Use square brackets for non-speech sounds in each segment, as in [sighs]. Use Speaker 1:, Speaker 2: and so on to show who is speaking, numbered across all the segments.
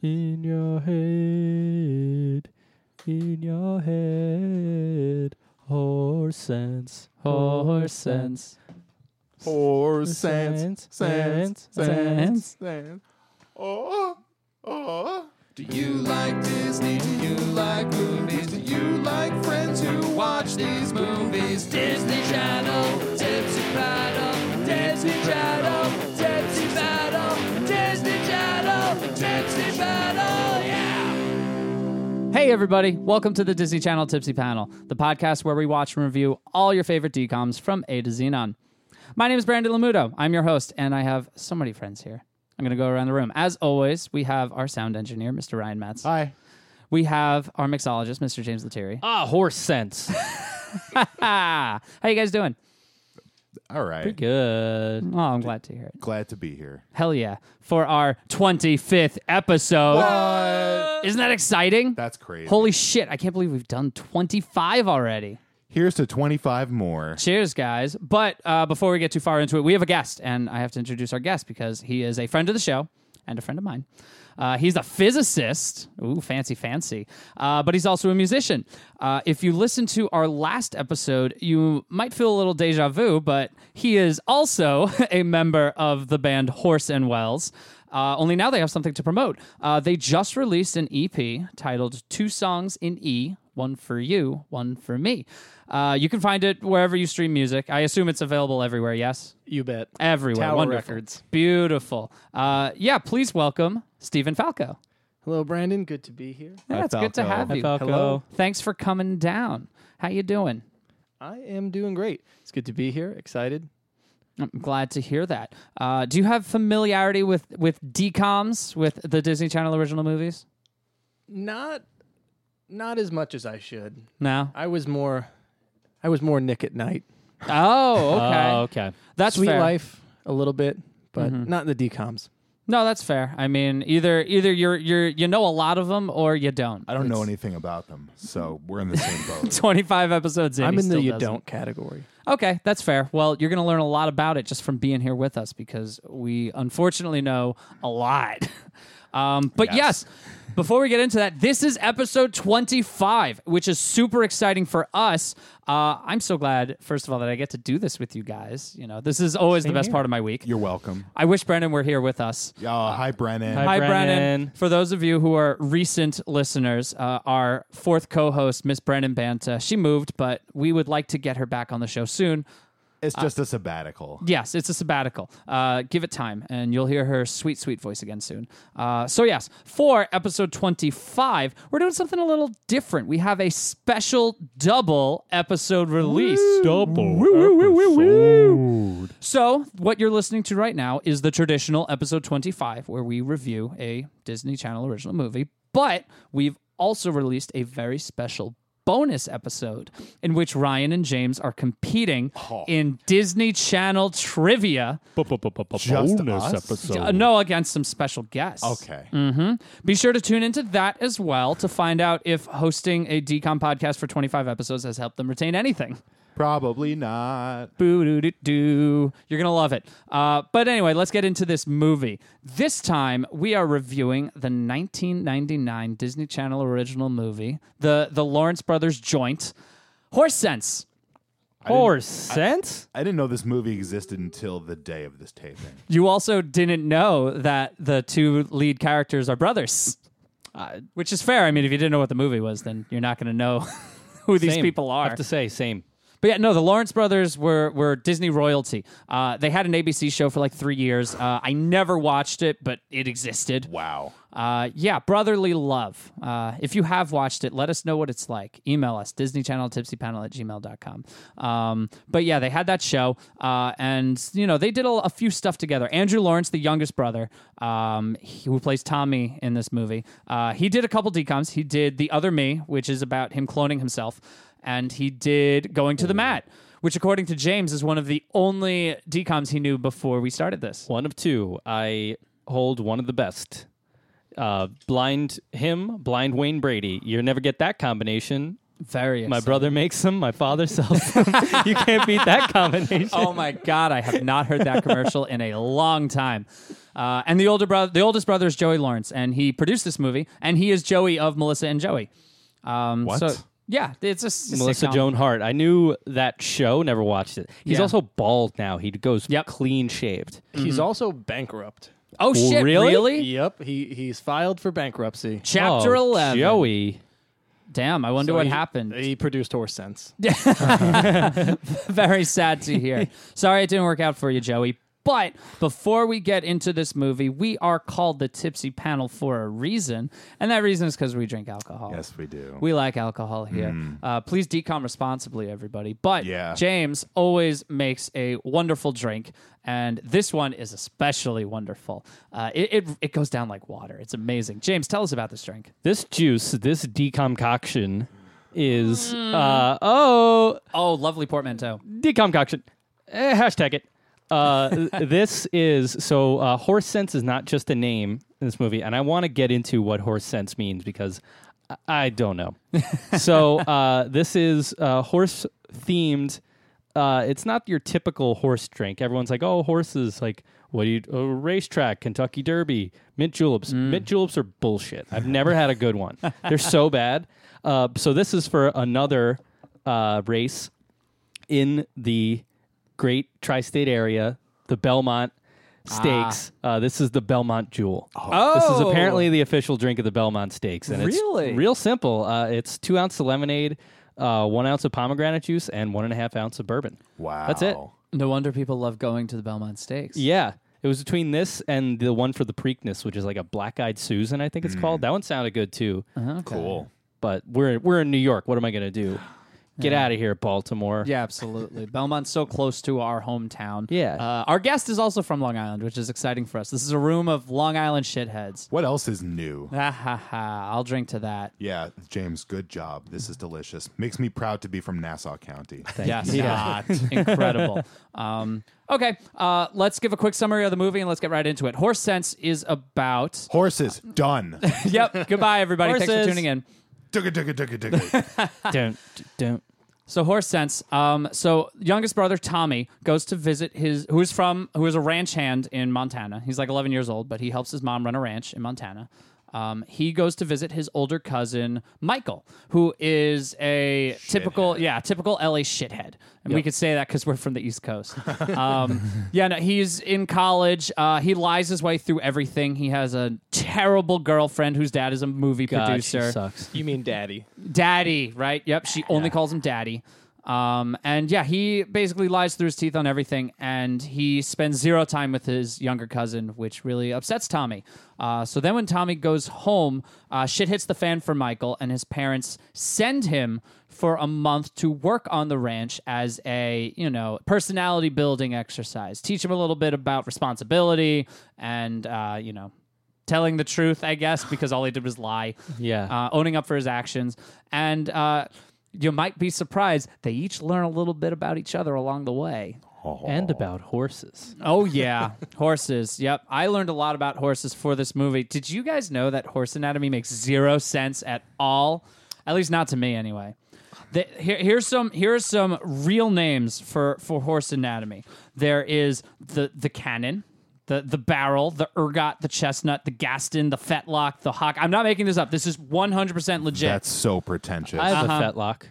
Speaker 1: In your head, in your head, horse sense, horse sense,
Speaker 2: Or sense,
Speaker 1: Sense,
Speaker 2: sense,
Speaker 1: sense,
Speaker 2: sense, sense. Oh, oh. Do you like Disney? Do you like movies? Do you like friends who watch these movies? Disney Channel, Tipsy Paddle, Disney Channel, Tipsy Paddle, Disney Channel, Tipsy Paddle, yeah!
Speaker 3: Hey, everybody. Welcome to the Disney Channel Tipsy Panel, the podcast where we watch and review all your favorite DCOMs from A to Z and on. My name is Brandon Lamuto. I'm your host, and I have so many friends here. I'm going to go around the room. As always, we have our sound engineer, Mr. Ryan Matz.
Speaker 2: Hi.
Speaker 3: We have our mixologist, Mr. James Lettieri.
Speaker 1: ah, horse sense.
Speaker 3: Ah, how you guys doing?
Speaker 2: All right.
Speaker 1: Good.
Speaker 3: Oh, I'm glad to hear it.
Speaker 2: Glad to be here.
Speaker 3: Hell yeah. For our 25th episode.
Speaker 2: But
Speaker 3: Isn't that exciting?
Speaker 2: that's crazy.
Speaker 3: Holy shit, I can't believe we've done 25 already.
Speaker 2: Here's to 25 more.
Speaker 3: Cheers, guys. But uh, before we get too far into it, we have a guest, and I have to introduce our guest because he is a friend of the show and a friend of mine. Uh, he's a physicist. Ooh, fancy, fancy. Uh, but he's also a musician. Uh, if you listen to our last episode, you might feel a little deja vu, but he is also [laughs] a member of the band Horse and Wells. Uh, only now they have something to promote. Uh, they just released an EP titled Two Songs in E, one for you, one for me. Uh, you can find it wherever you stream music. I assume it's available everywhere, yes?
Speaker 1: You bet.
Speaker 3: Everywhere.
Speaker 1: Tower
Speaker 3: Wonderful.
Speaker 1: Records.
Speaker 3: Beautiful. Uh, yeah, please welcome Stephen Falco.
Speaker 4: Hello, Brandon. Good to be here.
Speaker 3: Yeah,
Speaker 2: Hi,
Speaker 3: it's good to
Speaker 2: Falco.
Speaker 3: have
Speaker 2: Hi,
Speaker 3: you.
Speaker 1: Falco.
Speaker 4: Hello.
Speaker 3: Thanks for coming down. How you doing?
Speaker 4: I am doing great. It's good to be here. Excited.
Speaker 3: I'm glad to hear that. Uh, do you have familiarity with with DComs, with the Disney Channel original movies?
Speaker 4: Not, not as much as I should.
Speaker 3: No.
Speaker 4: I was more, I was more Nick at Night.
Speaker 3: Oh, okay.
Speaker 1: Oh, okay.
Speaker 3: That's
Speaker 4: Sweet
Speaker 3: fair.
Speaker 4: Life a little bit, but not the DComs.
Speaker 3: No, that's fair. I mean, either either you're you're you know a lot of them or you don't.
Speaker 2: I don't know anything about them, so we're in the same
Speaker 3: [laughs]
Speaker 2: boat.
Speaker 3: 25 episodes in.
Speaker 4: I'm
Speaker 3: he
Speaker 4: in the
Speaker 3: still
Speaker 4: you
Speaker 3: doesn't.
Speaker 4: don't category.
Speaker 3: Okay, that's fair. Well, you're going to learn a lot about it just from being here with us because we unfortunately know a lot. [laughs] Um, but yes. before we get into that, this is episode 25, which is super exciting for us. Uh, I'm so glad, first of all, that I get to do this with you guys. You know, this is always the best part of my week.
Speaker 2: You're welcome.
Speaker 3: I wish Brandon were here with us.
Speaker 2: Uh, hi, Brennan.
Speaker 1: Hi,
Speaker 3: Hi, Brennan.
Speaker 1: Brennan.
Speaker 3: For those of you who are recent listeners, uh, our fourth co-host, Miss Brennan Banta, she moved, but we would like to get her back on the show soon.
Speaker 2: It's
Speaker 3: Uh,
Speaker 2: just a
Speaker 3: [laughs]
Speaker 2: sabbatical.
Speaker 3: Yes, it's a sabbatical. Uh, give it time, and you'll hear her sweet, sweet voice again soon. Uh, so yes, for episode twenty-five, we're doing something a little different. We have a special double episode release.
Speaker 1: Double. episode.
Speaker 3: So, what you're listening to right now is the traditional episode 25, where we review a Disney Channel original movie, but we've also released a very special bonus episode in which Ryan and James are competing in Disney Channel trivia.
Speaker 2: Just
Speaker 1: Bonus
Speaker 2: us?
Speaker 1: episode.
Speaker 3: Uh, no, against some special guests.
Speaker 2: Okay.
Speaker 3: Mm. Be sure to tune into that as well to find out if hosting a DCOM podcast for 25 episodes has helped them retain anything.
Speaker 2: Probably not.
Speaker 3: Boo doo doo doo. You're gonna love it. Uh, but anyway, let's get into this movie. This time we are reviewing the 1999 Disney Channel original movie, the the Lawrence Brothers joint, Horse Sense.
Speaker 1: Horse sense?
Speaker 2: I didn't know this movie existed until the day of this taping.
Speaker 3: You also didn't know that the two lead characters are brothers,
Speaker 1: Uh,
Speaker 3: which is fair. I mean, if you didn't know what the movie was, then you're not gonna know [laughs] who these
Speaker 1: Same.
Speaker 3: people
Speaker 1: I
Speaker 3: are.
Speaker 1: have to say, same.
Speaker 3: But yeah, no, the Lawrence brothers were were Disney royalty. Uh, they had an ABC show for like three years. Uh, I never watched it, but it existed.
Speaker 2: Wow.
Speaker 3: Uh, yeah, brotherly love. Uh, if you have watched it, let us know what it's like. Email us, Disney Channel Tipsy Panel at gmail.com. Um, but yeah, they had that show, uh, and you know they did a, a few stuff together. Andrew Lawrence, the youngest brother, um, he- who plays Tommy in this movie, uh, he did a couple decoms. He did the other me, which is about him cloning himself, and he did going to the mat. Which, according to James, is one of the only decoms he knew before we started this.
Speaker 1: One of two. I hold one of the best. Uh, blind him, blind Wayne Brady. You never get that combination.
Speaker 3: Very
Speaker 1: My brother makes them. My father sells them. [laughs] you
Speaker 3: [laughs]
Speaker 1: can't beat that combination.
Speaker 3: Oh my God, I have not heard that commercial in a long time. Uh, and the older brother, the oldest brother is Joey Lawrence, and he produced this movie, and he is Joey of Melissa and Joey. Um,
Speaker 2: What?
Speaker 3: So, yeah, it's just
Speaker 1: Melissa Joan Hart. I knew that show. Never watched it. He's
Speaker 3: Yeah.
Speaker 1: also bald now. He goes
Speaker 3: Yep.
Speaker 1: clean shaved.
Speaker 4: He's also bankrupt.
Speaker 3: Oh shit!
Speaker 1: really?
Speaker 3: Really?
Speaker 4: Yep, he he's filed for bankruptcy.
Speaker 3: Chapter
Speaker 1: Oh,
Speaker 3: eleven.
Speaker 1: Joey.
Speaker 3: Damn, I wonder
Speaker 4: So
Speaker 3: what
Speaker 4: he-
Speaker 3: happened.
Speaker 4: He produced Horse Sense.
Speaker 3: [laughs] Very sad to hear. Sorry it didn't work out for you, Joey. But before we get into this movie, we are called the Tipsy Panel for a reason, and that reason is because we drink alcohol.
Speaker 2: Yes, we do.
Speaker 3: We like alcohol here. Uh, please decom responsibly, everybody. But
Speaker 2: Yeah.
Speaker 3: James always makes a wonderful drink, and this one is especially wonderful. Uh, it, it it goes down like water. It's amazing. James, tell us about this drink.
Speaker 1: This juice, this deconcoction, is
Speaker 3: Hmm.
Speaker 1: uh oh
Speaker 3: Oh, lovely portmanteau.
Speaker 1: deconcoction. Eh, hashtag it. Uh, this is so uh, horse sense is not just a name in this movie, and I want to get into what horse sense means because I, I don't know. so uh, this is uh, horse themed. Uh, it's not your typical horse drink. Everyone's like, oh, horses. Like, what do you? Oh, racetrack, Kentucky Derby, mint juleps. Mint juleps are bullshit. I've never had a good one. They're so bad. Uh, so this is for another uh, race in the great tri-state area, the Belmont Stakes. Uh, this is the Belmont Jewel. This is
Speaker 3: Ah. Oh.
Speaker 1: apparently the official drink of the Belmont Stakes, and
Speaker 3: Really?
Speaker 1: it's real simple. Uh, it's two ounces of lemonade, uh, one ounce of pomegranate juice, and one and a half ounce of bourbon.
Speaker 2: wow.
Speaker 1: that's it.
Speaker 3: No wonder people love going to the Belmont Stakes.
Speaker 1: Yeah. It was between this and the one for the Preakness, which is like a black-eyed Susan, I think
Speaker 3: Hmm.
Speaker 1: it's called. That one sounded good too,
Speaker 3: Uh-huh.
Speaker 2: Cool.
Speaker 1: but we're we're in New York. What am I gonna
Speaker 3: [gasps]
Speaker 1: do? Get out of here, Baltimore.
Speaker 3: Yeah, absolutely. [laughs] Belmont's so close to our hometown.
Speaker 1: Yeah.
Speaker 3: Uh, our guest is also from Long Island, which is exciting for us. This is a room of Long Island shitheads.
Speaker 2: What else is new?
Speaker 3: Ha ha ha. I'll drink to that.
Speaker 2: Yeah, James, good job. This is delicious. Makes me proud to be from Nassau County.
Speaker 3: yes. Not. [laughs] Incredible. Um, okay. Uh, let's give a quick summary of the movie and let's get right into it. Horse Sense is about.
Speaker 2: Horses, done.
Speaker 3: yep. [laughs] Goodbye, everybody. Thanks
Speaker 1: Horses.
Speaker 3: for tuning in.
Speaker 2: Dugga, dugga, dugga, [laughs] dugga.
Speaker 1: don't don't.
Speaker 3: So horse sense. Um, so youngest brother Tommy goes to visit his, who is from, who is a ranch hand in Montana. He's like 11 years old, but he helps his mom run a ranch in Montana. Um, he goes to visit his older cousin Michael, who is a typical, yeah, typical LA shithead, and we could say that because we're from the East Coast. Um, [laughs] yeah, no, he's in college. Uh, he lies his way through everything. He has a terrible girlfriend whose dad is a movie
Speaker 1: God, Uh, she
Speaker 3: [laughs] producer
Speaker 1: sucks.
Speaker 4: [laughs] You mean Daddy?
Speaker 3: daddy, right? Yep, she only calls him daddy. Um, and yeah, he basically lies through his teeth on everything, and he spends zero time with his younger cousin, which really upsets Tommy. Uh, so then, when Tommy goes home, uh, shit hits the fan for Michael, and his parents send him for a month to work on the ranch as a you know personality building exercise, teach him a little bit about responsibility and uh, you know telling the truth, I guess, because all he did was lie
Speaker 1: Yeah.
Speaker 3: uh, owning up for his actions. And uh, you might be surprised, they each learn a little bit about each other along the way.
Speaker 1: And about horses.
Speaker 3: Oh, yeah. [laughs] horses. Yep. I learned a lot about horses for this movie. Did you guys know that horse anatomy makes zero sense at all? At least not to me, anyway. The, here, here's some here's some real names for, for horse anatomy. There is the the cannon, the the barrel, the ergot, the chestnut, the gaston, the fetlock, the hock. I'm not making this up. This is 100% legit.
Speaker 2: That's so pretentious.
Speaker 1: I have a fetlock.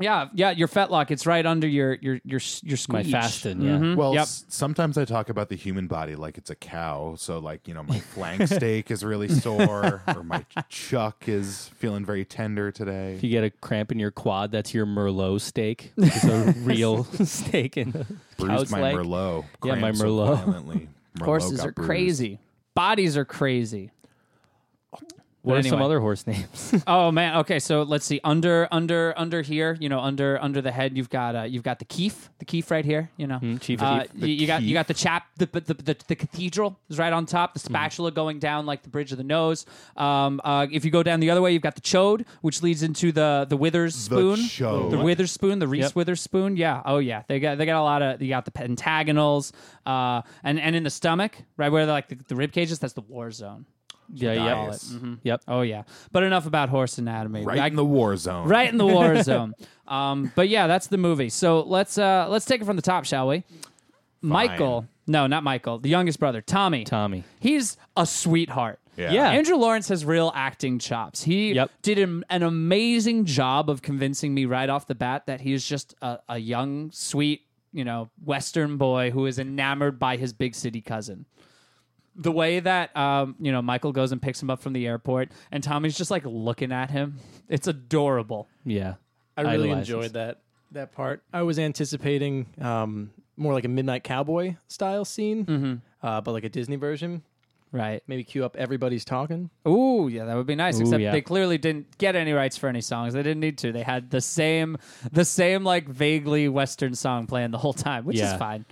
Speaker 3: Yeah, yeah, your fetlock. It's right under your your your your
Speaker 1: My
Speaker 3: squeeze.
Speaker 1: fasten, yeah.
Speaker 2: well,
Speaker 3: yep.
Speaker 2: s- sometimes I talk about the human body like it's a cow. So, like, you know, my
Speaker 1: [laughs]
Speaker 2: flank steak is really sore, or my chuck is feeling very tender today.
Speaker 1: If you get a cramp in your quad, that's your Merlot steak. It's a real [laughs] steak. In [laughs] the cow's
Speaker 2: bruised my
Speaker 1: leg.
Speaker 2: Merlot.
Speaker 1: Yeah, my
Speaker 2: crammed so
Speaker 1: Merlot. [laughs]
Speaker 2: violently. Merlot
Speaker 3: Horses
Speaker 2: got
Speaker 3: are
Speaker 2: bruised.
Speaker 3: crazy. Bodies are crazy.
Speaker 1: What are some
Speaker 3: anyway.
Speaker 1: other horse names?
Speaker 3: Oh man. Okay, so let's see. Under under under here, you know, under under the head, you've got uh, you've got the keef, the keef right here. You know,
Speaker 1: Hmm, chief
Speaker 3: Uh,
Speaker 1: keef.
Speaker 3: you, you got you got the chap, the the, the the cathedral is right on top. The
Speaker 1: Hmm.
Speaker 3: spatula going down like the bridge of the nose. Um, uh, if you go down the other way, you've got the chode, which leads into the the withers spoon.
Speaker 2: chode.
Speaker 3: The
Speaker 2: What?
Speaker 3: Witherspoon, the Reese
Speaker 1: Yep.
Speaker 3: Witherspoon. Yeah. Oh yeah. They got they got a lot of you got the pentagonals, uh, and and in the stomach, right where they're like the, the rib cages. That's the war zone.
Speaker 1: yeah, yep.
Speaker 2: Nice.
Speaker 1: Yep.
Speaker 3: Oh yeah. But enough about horse anatomy.
Speaker 2: Right
Speaker 3: I-
Speaker 2: in the war zone.
Speaker 3: [laughs] right in the war zone. Um, but yeah, that's the movie. So let's uh, let's take it from the top, shall we? Michael, no, not Michael, the youngest brother, Tommy.
Speaker 1: Tommy.
Speaker 3: He's a sweetheart.
Speaker 2: Yeah.
Speaker 1: Yeah.
Speaker 3: Andrew Lawrence has real acting chops. He
Speaker 1: Yep.
Speaker 3: did an, an amazing job of convincing me right off the bat that he is just a, a young, sweet, you know, Western boy who is enamored by his big city cousin. The way that um, you know Michael goes and picks him up from the airport, and Tommy's just like looking at him. It's adorable.
Speaker 1: Yeah.
Speaker 4: I really
Speaker 1: Idolizes.
Speaker 4: enjoyed that that part. I was anticipating um, more like a Midnight Cowboy style scene, uh, but like a Disney version.
Speaker 3: Right.
Speaker 4: Maybe cue up everybody's talking.
Speaker 3: Ooh, yeah, that would be nice.
Speaker 1: Ooh,
Speaker 3: Except
Speaker 1: yeah.
Speaker 3: they clearly didn't get any rights for any songs. They didn't need to. They had the same, the same like vaguely Western song playing the whole time, which
Speaker 1: Yeah.
Speaker 3: is fine.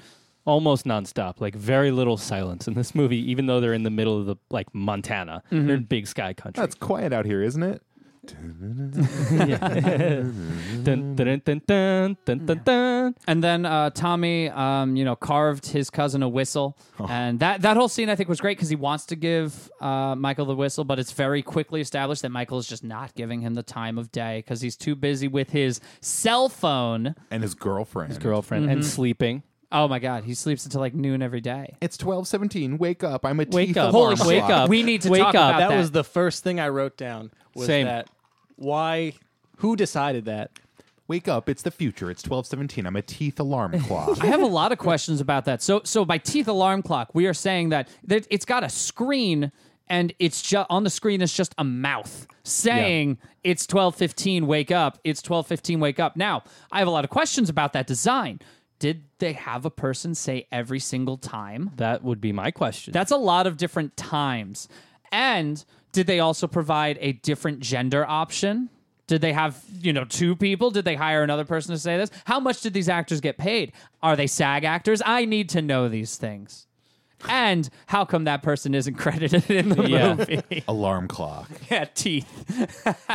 Speaker 1: Almost nonstop, like very little silence in this movie, even though they're in the middle of the like Montana, they're in big sky country.
Speaker 2: That's quiet out here, isn't it?
Speaker 1: [laughs] Dun, dun, dun, dun, dun, dun, dun.
Speaker 3: And then uh, Tommy, um, you know, carved his cousin a whistle, and that that whole scene I think was great because he wants to give uh, Michael the whistle, but it's very quickly established that Michael is just not giving him the time of day because he's too busy with his cell phone.
Speaker 2: And his girlfriend. His
Speaker 1: Girlfriend and sleeping.
Speaker 3: Oh my God, he sleeps until like noon every day.
Speaker 2: It's twelve seventeen. Wake up! I'm a
Speaker 1: Wake
Speaker 2: teeth
Speaker 1: up.
Speaker 2: alarm
Speaker 1: Holy shit.
Speaker 2: clock.
Speaker 1: Wake up.
Speaker 3: We need to
Speaker 1: Wake
Speaker 3: talk
Speaker 1: up.
Speaker 3: about
Speaker 4: that
Speaker 3: that.
Speaker 4: was the first thing I wrote down. Was
Speaker 1: Same.
Speaker 4: that why? Who decided that?
Speaker 2: Wake up! It's the future. It's twelve seventeen. I'm a
Speaker 1: [laughs]
Speaker 2: teeth alarm clock.
Speaker 3: I have a lot of questions about that. So, so by teeth alarm clock, we are saying that that it's got a screen, and it's just on the screen is just a mouth saying it's twelve fifteen. Wake up! It's twelve fifteen. Wake up! Now, I have a lot of questions about that design. Did they have a person say every single time?
Speaker 1: That would be my question.
Speaker 3: That's a lot of different times. And did they also provide a different gender option? Did they have, you know, two people? Did they hire another person to say this? How much did these actors get paid? Are they SAG actors? I need to know these things. And how come that person isn't [laughs] credited in the
Speaker 1: Yeah. [laughs]
Speaker 3: movie?
Speaker 2: alarm clock.
Speaker 3: yeah, teeth.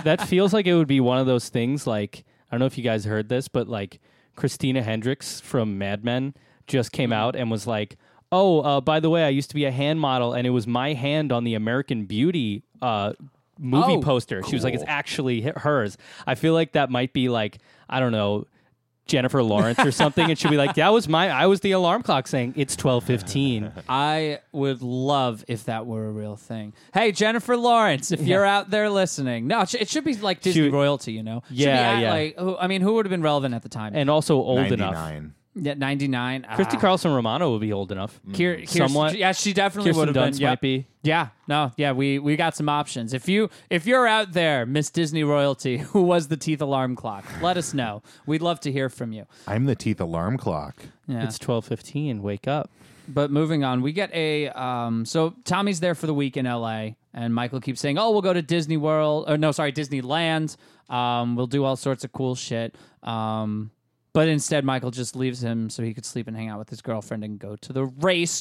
Speaker 1: that feels like it would be one of those things like I don't know if you guys heard this, but like Christina Hendricks from Mad Men just came
Speaker 3: Mm-hmm.
Speaker 1: out and was like, "Oh, uh, by the way, I used to be a hand model, and it was my hand on the American Beauty uh, movie
Speaker 3: Oh,
Speaker 1: poster." She was like, "It's
Speaker 2: cool.
Speaker 1: actually hi- hers." I feel like that might be like I don't know. Jennifer Lawrence or something, and she'd be like, "That was my. I was the alarm clock saying it's twelve fifteen.
Speaker 3: I would love if that were a real thing. Hey, Jennifer Lawrence, if you're out there listening, no, it, sh- it should be like Disney
Speaker 1: Shoot.
Speaker 3: royalty, you know? Should be
Speaker 1: Yeah,
Speaker 3: at,
Speaker 1: yeah.
Speaker 3: Like, who, I mean, who would have been relevant at the time?
Speaker 1: and also old enough.
Speaker 2: 99.
Speaker 3: Yeah, 99.
Speaker 1: Christy
Speaker 3: Ah.
Speaker 1: Carlson Romano would be old enough.
Speaker 3: Kier, Kirsten,
Speaker 1: Somewhat.
Speaker 3: Yeah, she definitely
Speaker 1: Kirsten
Speaker 3: would have been.
Speaker 1: Dunst
Speaker 3: Mm. yeah.
Speaker 1: might be.
Speaker 3: Yeah, no, yeah, we we got some options. If you if you're out there, Miss Disney royalty, [laughs] who was the teeth alarm clock, let us know. We'd love to hear from you.
Speaker 2: I'm the teeth alarm clock.
Speaker 3: [laughs] Yeah.
Speaker 1: It's twelve fifteen. Wake up.
Speaker 3: but moving on, we get a um. So Tommy's there for the week in L.A. and Michael keeps saying, "Oh, we'll go to Disney World." Or no, sorry, Disneyland. Um, we'll do all sorts of cool shit. Um. But instead, Michael just leaves him so he could sleep and hang out with his girlfriend and go to the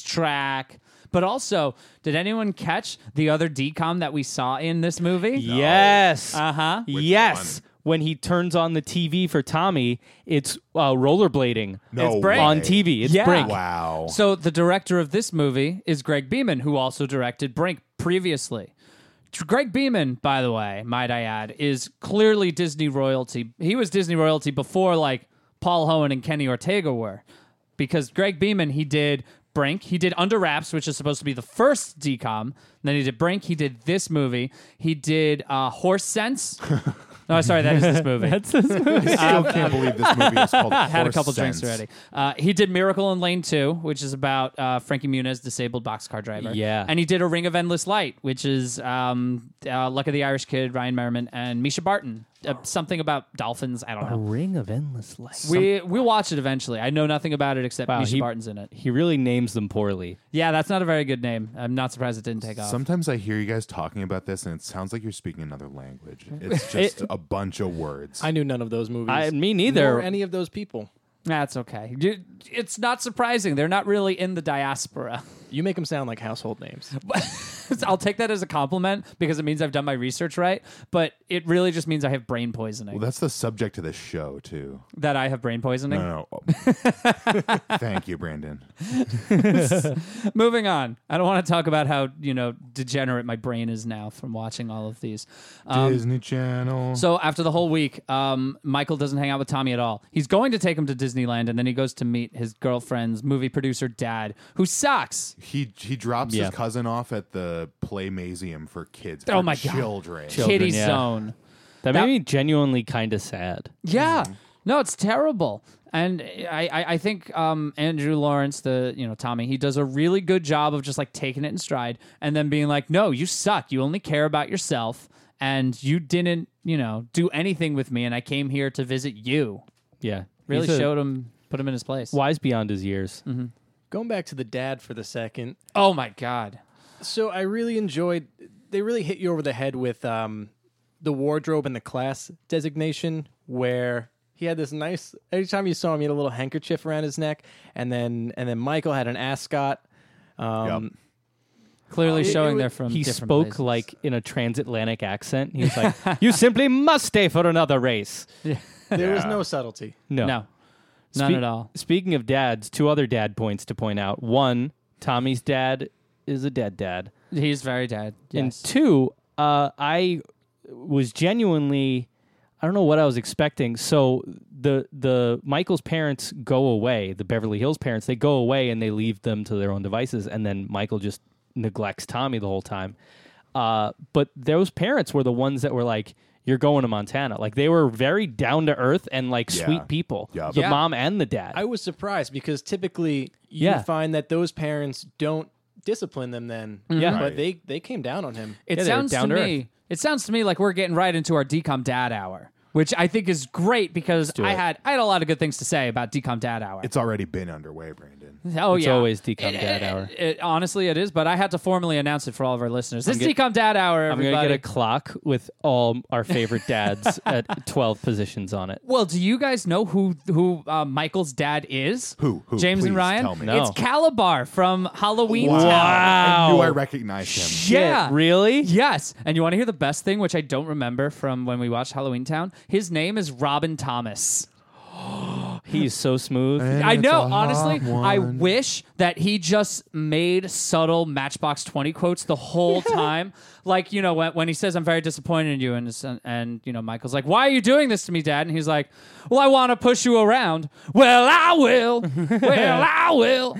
Speaker 3: racetrack. But also, did anyone catch the other decom that we saw in this movie?
Speaker 1: Yes.
Speaker 3: Uh
Speaker 2: Uh-huh.
Speaker 3: huh.
Speaker 1: yes. When he turns on the TV for Tommy, it's uh, rollerblading
Speaker 2: No
Speaker 3: It's Brink.
Speaker 1: on
Speaker 2: way.
Speaker 1: TV. It's
Speaker 3: Yeah.
Speaker 1: Brink.
Speaker 2: Wow.
Speaker 3: So the director of this movie is Greg Beeman, who also directed Brink previously. Tr- Greg Beeman, by the way, might I add, is clearly Disney royalty. He was Disney royalty before like Paul Hohen and Kenny Ortega were, because Greg Beeman he did Brink, he did Under Wraps, which is supposed to be the first decom. Then he did Brink, he did this movie, he did uh, Horse Sense. No, sorry, that is this movie.
Speaker 2: I still can't believe this movie is called.
Speaker 3: I [laughs] had a couple drinks already. Uh, he did Miracle in Lane 2, which is about uh, Frankie Muniz, disabled boxcar driver.
Speaker 1: Yeah.
Speaker 3: And he did A Ring of Endless Light, which is um, uh, Luck of the Irish Kid, Ryan Merriman, and Misha Barton. Uh, something about dolphins. I don't know.
Speaker 1: Ring of endless light.
Speaker 3: We, we'll watch it eventually. I know nothing about it except
Speaker 1: Oh, Wow,
Speaker 3: Misha
Speaker 1: he-
Speaker 3: Barton's in it.
Speaker 1: He really names them poorly.
Speaker 3: Yeah, that's not a very good name. I'm not surprised it didn't take off.
Speaker 2: Sometimes I hear you guys talking about this, and it sounds like you're speaking another language.
Speaker 3: [laughs]
Speaker 2: It's just a bunch of words.
Speaker 4: I knew none of those movies.
Speaker 1: I- me neither.
Speaker 4: Nor any of those people.
Speaker 3: That's okay. You- It's not surprising. They're not really in the diaspora. [laughs]
Speaker 4: You make them sound like household names.
Speaker 3: I'll take that as a compliment because it means I've done my research right, but it really just means I have brain poisoning.
Speaker 2: well, that's the subject of the show too.
Speaker 3: that I have brain poisoning.
Speaker 2: No, no. Thank you, Brandon.
Speaker 3: [laughs] Moving on. I don't want to talk about how, you know, degenerate my brain is now from watching all of these. Um,
Speaker 2: Disney Channel.
Speaker 3: so after the whole week, um, Michael doesn't hang out with Tommy at all. He's going to take him to Disneyland, and then he goes to meet his girlfriend's movie producer dad, who sucks.
Speaker 2: He he drops
Speaker 1: Yeah.
Speaker 2: his cousin off at the Playmasium for kids.
Speaker 3: Oh
Speaker 2: for
Speaker 3: my God.
Speaker 2: children.
Speaker 1: Chil-
Speaker 3: Kitty
Speaker 1: yeah.
Speaker 3: Zone.
Speaker 1: That,
Speaker 3: That-
Speaker 1: made me genuinely kind of sad.
Speaker 3: Yeah.
Speaker 1: Mm-hmm.
Speaker 3: No, it's terrible. And I, I, I think um, Andrew Lawrence, the you know Tommy, he does a really good job of just like taking it in stride and then being like, "No, you suck. You only care about yourself, and you didn't, you know, do anything with me. And I came here to visit you.
Speaker 1: Yeah,
Speaker 3: Really
Speaker 1: He's a-
Speaker 3: showed Mm-hmm. him, put him in his place.
Speaker 1: wise beyond his years.
Speaker 4: Going back to the dad for the second.
Speaker 3: Oh my god.
Speaker 4: So I really enjoyed. They really hit you over the head with um, the wardrobe and the class designation, where he had this nice. Every time you saw him, he had a little handkerchief around his neck, and then and then Michael had an ascot. Um,
Speaker 2: Yep.
Speaker 3: Clearly
Speaker 4: it- it
Speaker 3: showing
Speaker 4: was-
Speaker 3: they're from.
Speaker 1: He
Speaker 3: different
Speaker 1: spoke
Speaker 3: places.
Speaker 1: like in a transatlantic accent.
Speaker 3: [laughs]
Speaker 1: He was like, "You simply must stay for another race."
Speaker 4: There was
Speaker 2: Yeah.
Speaker 4: no subtlety.
Speaker 1: No,
Speaker 3: no, none
Speaker 1: Spe-
Speaker 3: at all.
Speaker 1: Speaking of dads, two other dad points to point out. One, Tommy's dad is a dead dad.
Speaker 3: He's very dead.
Speaker 1: And
Speaker 3: Yes.
Speaker 1: two, uh, I was genuinely I don't know what I was expecting. So the the Michael's parents go away, the Beverly Hills parents, they go away and they leave them to their own devices and then Michael just neglects Tommy the whole time. Uh, but those parents were the ones that were like you're going to Montana. Like they were very down to earth and like
Speaker 2: Yeah.
Speaker 1: sweet people.
Speaker 2: Yup.
Speaker 1: The
Speaker 3: Yeah.
Speaker 1: mom and the dad.
Speaker 4: I was surprised because typically you
Speaker 1: Yeah.
Speaker 4: find that those parents don't discipline them then.
Speaker 1: Yeah.
Speaker 4: But
Speaker 2: Right.
Speaker 4: they they came down on him.
Speaker 3: It
Speaker 1: Yeah, they were
Speaker 3: sounds
Speaker 1: down
Speaker 3: to
Speaker 1: to
Speaker 3: me. It sounds to me like we're getting right into our decom dad hour, which I think is great because I
Speaker 1: it.
Speaker 3: had I had a lot of good things to say about decom dad hour.
Speaker 2: It's already been underway, Brandon.
Speaker 3: oh
Speaker 1: it's
Speaker 3: yeah,
Speaker 1: always decom
Speaker 3: It-
Speaker 1: dad
Speaker 3: it-
Speaker 1: hour.
Speaker 3: it- honestly, it is, but I had to formally announce it for all of our listeners. This is
Speaker 1: get-
Speaker 3: decom dad hour.
Speaker 1: I'm
Speaker 3: Everybody.
Speaker 1: going to get a clock with all our favorite
Speaker 3: [laughs]
Speaker 1: dads at 12 positions on it.
Speaker 3: well, do you guys know who who uh, Michael's dad is?
Speaker 2: Who? Who?
Speaker 3: James and
Speaker 2: Please
Speaker 3: Ryan.
Speaker 2: tell me.
Speaker 1: No.
Speaker 3: It's Calabar from Halloween
Speaker 2: Wow.
Speaker 3: Town.
Speaker 2: I knew
Speaker 1: Wow.
Speaker 2: I recognized him.
Speaker 3: Yeah,
Speaker 1: Shit, really?
Speaker 3: Yes. And you want to hear the best thing, which I don't remember from when we watched Halloween Town? His name is Robin Thomas.
Speaker 1: He's so smooth.
Speaker 3: I
Speaker 2: It's
Speaker 3: know,
Speaker 2: a hot
Speaker 3: honestly, I
Speaker 2: one.
Speaker 3: wish that he just made subtle Matchbox 20 quotes the whole time. Like, you know, when, when he says, I'm very disappointed in you, and, it's- and, and, you know, Michael's like, Why are you doing this to me, Dad? And he's like, Well, I want to push you around. Well, I
Speaker 2: [laughs]
Speaker 3: will. Well, I will.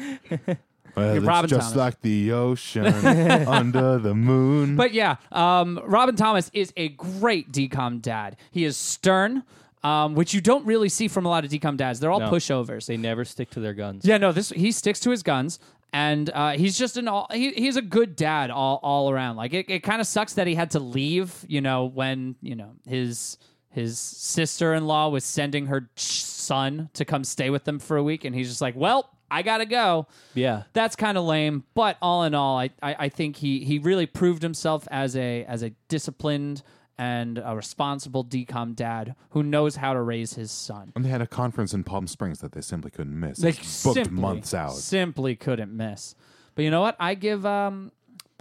Speaker 2: Well, it's
Speaker 3: Robin
Speaker 2: just
Speaker 3: Thomas.
Speaker 2: like the ocean under the moon.
Speaker 3: But yeah, um, Robin Thomas is a great decom dad. He is stern, um, which you don't really see from a lot of decom dads. They're all
Speaker 1: No.
Speaker 3: pushovers.
Speaker 1: They never stick to their guns.
Speaker 3: Yeah, no, this he sticks to his guns, and uh, he's just an all. He, he's a good dad all all around. Like it, it kind of sucks that he had to leave. You know when you know his his sister in law was sending her son to come stay with them for a week, and he's just like, well. I gotta go.
Speaker 1: Yeah.
Speaker 3: That's kind of lame, but all in all, I, I, I think he, he really proved himself as a as a disciplined and a responsible decom dad who knows how to raise his son.
Speaker 2: and they had a conference in Palm Springs that they simply couldn't miss.
Speaker 3: They
Speaker 2: It was booked months out.
Speaker 3: Simply couldn't miss. But you know what? I give um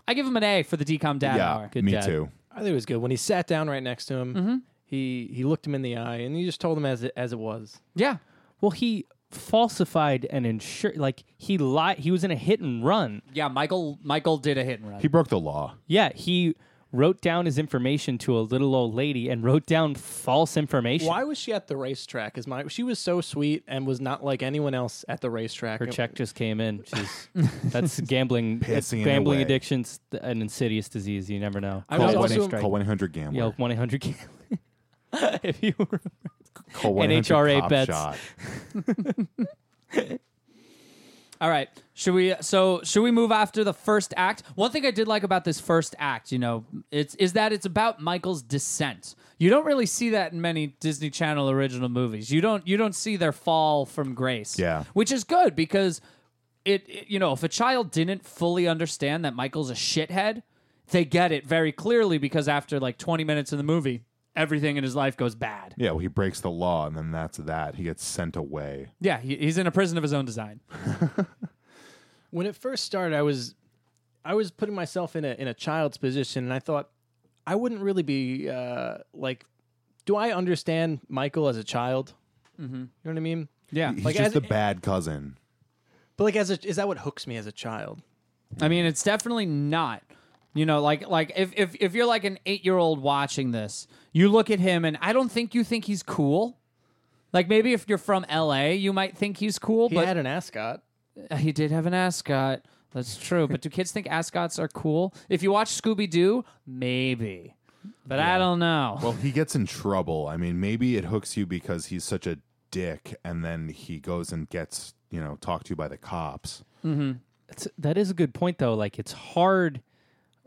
Speaker 3: I give him an A for the decom dad
Speaker 2: yeah,
Speaker 3: hour.
Speaker 1: Good
Speaker 2: me
Speaker 1: dad.
Speaker 2: too.
Speaker 4: I think it was good when he sat down right next to him.
Speaker 1: Mm-hmm.
Speaker 4: He he looked him in the eye and he just told him as it as it was.
Speaker 3: Yeah.
Speaker 1: Well, he falsified and insured. Like, he lied. He was in a hit and run.
Speaker 3: Yeah, Michael Michael did a hit and run. [laughs]
Speaker 2: He broke the law.
Speaker 1: Yeah. He wrote down his information to a little old lady and wrote down false information.
Speaker 4: Why was she at the racetrack? Is my she was so sweet and was not like anyone else at the racetrack.
Speaker 1: Her check just came in.
Speaker 3: [laughs]
Speaker 1: She's that's gambling,
Speaker 2: Pissing it
Speaker 1: gambling
Speaker 2: away.
Speaker 1: addictions, an insidious disease. You never know.
Speaker 4: I
Speaker 2: Call
Speaker 4: was
Speaker 1: Call
Speaker 4: also-
Speaker 1: one-
Speaker 2: 1-800 call 1 800 gambler.
Speaker 1: Yeah, one eight hundred. If you were
Speaker 2: Call 1
Speaker 1: NHRA
Speaker 2: 800 cop
Speaker 1: bets.
Speaker 2: shot.
Speaker 3: All right. Should we so should we move after the first act? One thing I did like about this first act, you know, it's is that it's about Michael's descent. You don't really see that in many Disney Channel original movies. You don't you don't see their fall from grace.
Speaker 2: Yeah.
Speaker 3: Which is good because it, it- you know, if a child didn't fully understand that Michael's a shithead, they get it very clearly because after like 20 minutes in the movie, everything in his life goes bad.
Speaker 2: Yeah, well, he breaks the law, and then that's that. He gets sent away.
Speaker 3: Yeah, he, he's in a prison of his own design.
Speaker 4: when it first started, I was I was putting myself in a in a child's position, and I thought I wouldn't really be uh, like, do I understand Michael as a child?
Speaker 1: Mm-hmm.
Speaker 4: You know what I mean?
Speaker 3: Yeah.
Speaker 2: He's
Speaker 4: Like, as-
Speaker 2: just the bad cousin.
Speaker 4: But like, as a, is that what hooks me as a child?
Speaker 3: I mean, it's definitely not. You know, like like if if if you're like an eight year old watching this, you look at him and I don't think you think he's cool. Like maybe if you're from LA, you might think he's cool,
Speaker 4: He
Speaker 3: but
Speaker 4: had an ascot.
Speaker 3: Uh, He did have an ascot. That's true. But do kids think ascots are cool? If you watch Scooby Doo, maybe. But I don't know.
Speaker 2: Well, he gets in trouble. I mean, maybe it hooks you because he's such a dick, and then he goes and gets you know talked to by the cops.
Speaker 1: That's, that is a good point though. Like it's hard.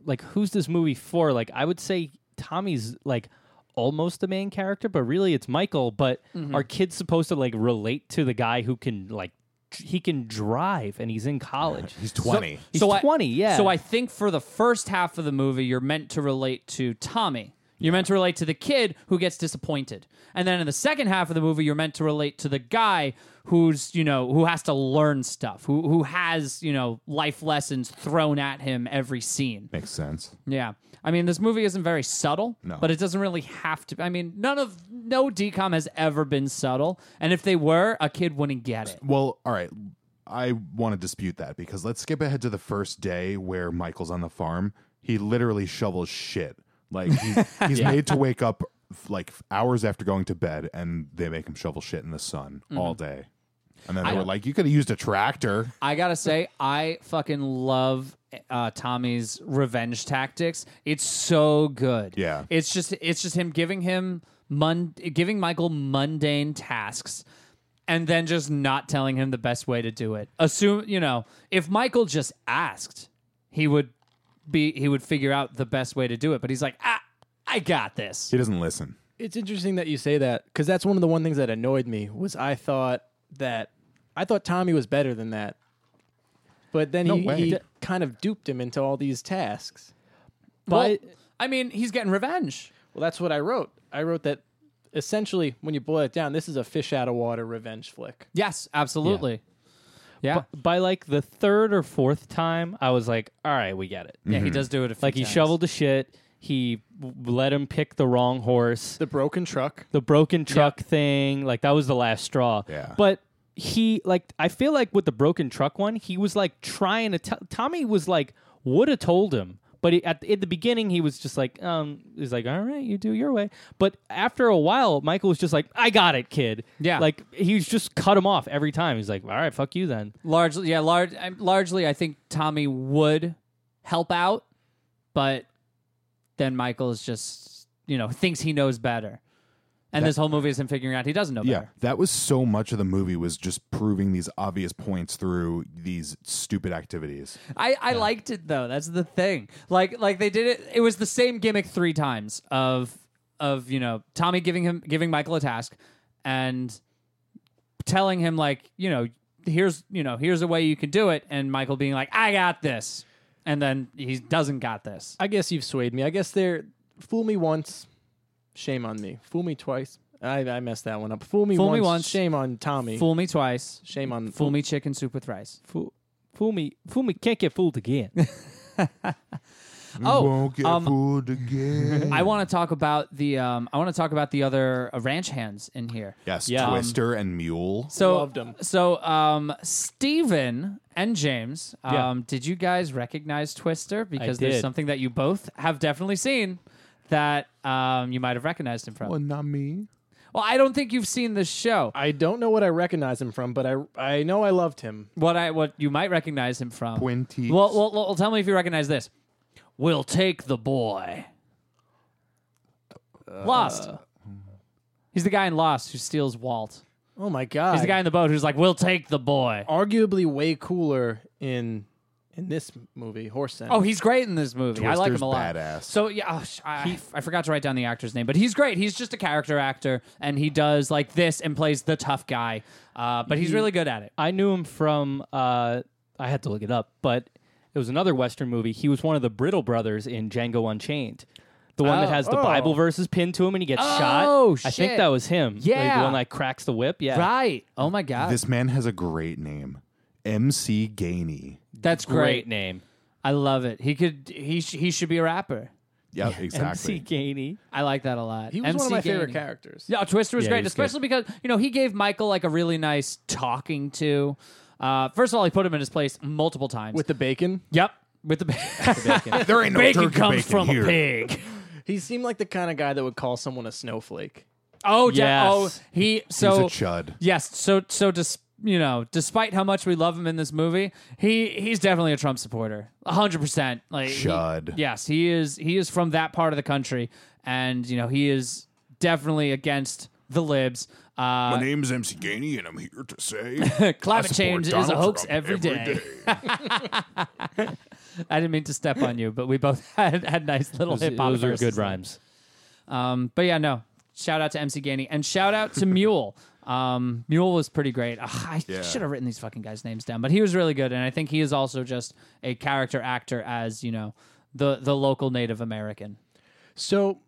Speaker 1: Like who's this movie for? Like I would say Tommy's like almost the main character, but really it's Michael. But are kids supposed to like relate to the guy who can like tr- he can drive and he's in college?
Speaker 2: He's twenty.
Speaker 1: He's 20, yeah.
Speaker 3: So I think for the first half of the movie, you're meant to relate to Tommy. You're meant to relate to the kid who gets disappointed. And then in the second half of the movie, you're meant to relate to the guy who's, you know, who has to learn stuff, who, who has, you know, life lessons thrown at him every scene.
Speaker 2: Makes sense.
Speaker 3: Yeah. I mean, this movie isn't very subtle,
Speaker 2: No.
Speaker 3: but it doesn't really have to. I mean, none of no decom has ever been subtle, and if they were, a kid wouldn't get it.
Speaker 2: Well, all right. I want to dispute that because let's skip ahead to the first day where Michael's on the farm. He literally shovels shit. Like
Speaker 3: [laughs]
Speaker 2: he's, he's made to wake up f- like hours after going to bed, and they make him shovel shit in the sun
Speaker 3: Mm-hmm.
Speaker 2: all day. And then they were like, "You could have used a tractor."
Speaker 3: I gotta say, I fucking love uh, Tommy's revenge tactics. It's so good.
Speaker 2: Yeah.
Speaker 3: It's just it's just him giving him mun- giving Michael mundane tasks. And then just not telling him the best way to do it. Assume you know if Michael just asked, he would be he would figure out the best way to do it. But he's like, ah, I got this.
Speaker 2: He doesn't listen.
Speaker 4: It's interesting that you say that because that's one of the one things that annoyed me was I thought that I thought Tommy was better than that, but then he,
Speaker 2: way.
Speaker 4: he kind of duped him into all these tasks.
Speaker 3: But I mean, he's getting revenge.
Speaker 4: Well, that's what I wrote. I wrote that essentially when you boil it down, this is a fish out of water revenge flick.
Speaker 3: Yes, absolutely. Yeah, yeah,
Speaker 1: By like the third or fourth time, I was like, all right, we get it.
Speaker 3: he does do it. A few
Speaker 1: Like he
Speaker 3: times.
Speaker 1: shoveled the shit. He w- let him pick the wrong horse.
Speaker 4: The broken truck.
Speaker 1: the broken truck thing like that was the last straw
Speaker 2: Yeah.
Speaker 1: but he like i feel like with the broken truck one he was like trying to t- tommy was like would have told him but he, at, at the beginning he was just like um he's like all right you do your way but after a while michael was just like i got it kid
Speaker 3: Yeah.
Speaker 1: like he was just cut him off every time he's like all right fuck you then
Speaker 3: largely. Yeah, large. I- Largely, I think Tommy would help out, but then Michael is just you know thinks he knows better, and this whole movie is him figuring out he doesn't know
Speaker 2: Yeah,
Speaker 3: better.
Speaker 2: that was so much of the movie was just proving these obvious points through these stupid activities.
Speaker 3: I, I liked it though. That's the thing. Like like they did it. It was the same gimmick three times of of you know Tommy giving him giving Michael a task and telling him like you know here's you know here's a way you can do it and Michael being like I got this and then he doesn't got this.
Speaker 4: I guess you've swayed me. I guess they're fool me once, shame on me. Fool me twice. I, I messed that one up. Fool me,
Speaker 3: Fool
Speaker 4: once,
Speaker 3: me once.
Speaker 4: shame on Tommy.
Speaker 3: Fool me twice.
Speaker 4: shame on
Speaker 3: Fool me chicken soup with rice.
Speaker 1: fool, fool me fool me can't get fooled again
Speaker 3: Oh,
Speaker 2: Won't get
Speaker 3: um,
Speaker 2: fooled
Speaker 3: [laughs]
Speaker 2: again.
Speaker 3: I want to talk about the um I want to talk about the other uh, ranch hands in here.
Speaker 2: yes,
Speaker 1: Yeah.
Speaker 3: um,
Speaker 2: Twister and Mule.
Speaker 3: So
Speaker 4: Loved 'em.
Speaker 3: So um, Steven and James, um,
Speaker 1: Yeah.
Speaker 3: did you guys recognize Twister? Because there's
Speaker 1: did.
Speaker 3: something that you both have definitely seen that um, you might have recognized him from.
Speaker 2: Well, not me.
Speaker 3: Well, I don't think you've seen the show.
Speaker 4: I don't know what I recognize him from, but I I know I loved him.
Speaker 3: What I what you might recognize him from?
Speaker 2: Twenty.
Speaker 3: Well, well, well, tell me if you recognize this. We'll take the boy. Lost. He's the guy in Lost who steals Walt.
Speaker 4: Oh my god.
Speaker 3: He's the guy in the boat who's like, "We'll take the boy."
Speaker 4: arguably way cooler in in this movie, Horse Sense.
Speaker 3: Oh, he's great in this movie. I like him
Speaker 2: Twister's
Speaker 3: a lot.
Speaker 2: badass.
Speaker 3: So yeah, oh, sh- I, I forgot to write down the actor's name, but he's great. He's just a character actor, and he does like this and plays the tough guy. Uh, but he's really good at it.
Speaker 1: I knew him from uh, I had to look it up, but it was another Western movie. He was one of the Brittle brothers in Django Unchained. The one that
Speaker 3: Oh,
Speaker 1: has the
Speaker 4: oh.
Speaker 1: Bible verses pinned to him and he gets
Speaker 3: Oh,
Speaker 1: shot. I think
Speaker 3: shit.
Speaker 1: that was him. Like,
Speaker 3: Yeah.
Speaker 1: the one that cracks the whip. Yeah.
Speaker 3: Right? Oh my god,
Speaker 2: This man has a great name, MC Gainey.
Speaker 3: that's
Speaker 1: Great,
Speaker 3: great.
Speaker 1: name.
Speaker 3: I love it. He could. He sh- he should be a rapper.
Speaker 2: Yeah,
Speaker 1: MC
Speaker 2: exactly.
Speaker 1: Gainey.
Speaker 3: I like that a lot.
Speaker 4: he was one of
Speaker 3: MC
Speaker 4: my favorite
Speaker 3: Gainey.
Speaker 4: characters.
Speaker 3: Yeah, Twister was
Speaker 1: Yeah,
Speaker 3: great,
Speaker 1: he's
Speaker 3: especially because you know he gave Michael like a really nice talking to. Uh, first of all, he put him in his place multiple times.
Speaker 4: With the bacon.
Speaker 3: yep, with the, bacon. [laughs]
Speaker 2: there ain't no
Speaker 3: bacon
Speaker 2: turkey
Speaker 3: comes
Speaker 2: bacon
Speaker 3: from
Speaker 2: here.
Speaker 3: a pig.
Speaker 4: He seemed like the kind of guy that would call someone a snowflake.
Speaker 3: Oh, yeah.
Speaker 1: Yes.
Speaker 3: Oh, he so
Speaker 2: He's a chud.
Speaker 3: Yes. So so dis, you know, despite how much we love him in this movie, he he's definitely a Trump supporter. 100%. Like he-
Speaker 2: Chud.
Speaker 3: yes, he is he is from that part of the country and you know, he is definitely against the libs. Uh,
Speaker 2: name's MC Gainey, and I'm here to say
Speaker 3: [laughs] climate change is a hoax every day. I didn't mean to step on you, but we both [laughs] had, had nice little
Speaker 1: Those,
Speaker 3: hip hop.
Speaker 1: those are good rhymes.
Speaker 3: Um, but yeah, no. Shout out to MC Gainey and shout out
Speaker 1: [laughs]
Speaker 3: to Mule. Um, Mule was pretty great. Ugh, I
Speaker 2: Yeah.
Speaker 3: should have written these fucking guys' names down, but he was really good, and I think he is also just a character actor as you know the the local Native American.
Speaker 4: So,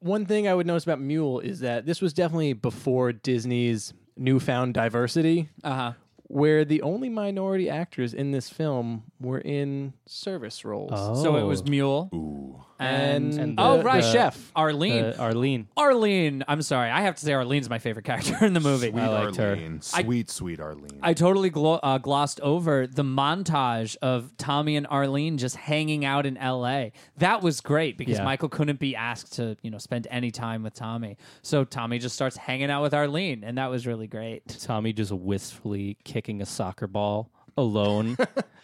Speaker 4: one thing I would notice about Mule is that this was definitely before Disney's newfound diversity,
Speaker 3: Uh huh.
Speaker 4: where the only minority actors in this film were in service roles.
Speaker 3: So it was
Speaker 1: Oh.
Speaker 3: Mule Oh. and,
Speaker 4: And- and
Speaker 3: oh
Speaker 4: the-
Speaker 3: right,
Speaker 4: the-
Speaker 3: Chef Arlene.
Speaker 1: Uh, Arlene.
Speaker 3: Arlene, I'm sorry, I have to say Arlene's my favorite character in the movie.
Speaker 2: Sweet
Speaker 1: I liked her.
Speaker 2: Arlene. Sweet, sweet Arlene.
Speaker 3: I totally glo- uh, glossed over the montage of Tommy and Arlene just hanging out in L.A. That was great because
Speaker 1: Yeah.
Speaker 3: Michael couldn't be asked to, you know, spend any time with Tommy. So Tommy just starts hanging out with Arlene, and that was really great.
Speaker 1: Tommy just wistfully kicking a soccer ball [laughs] alone.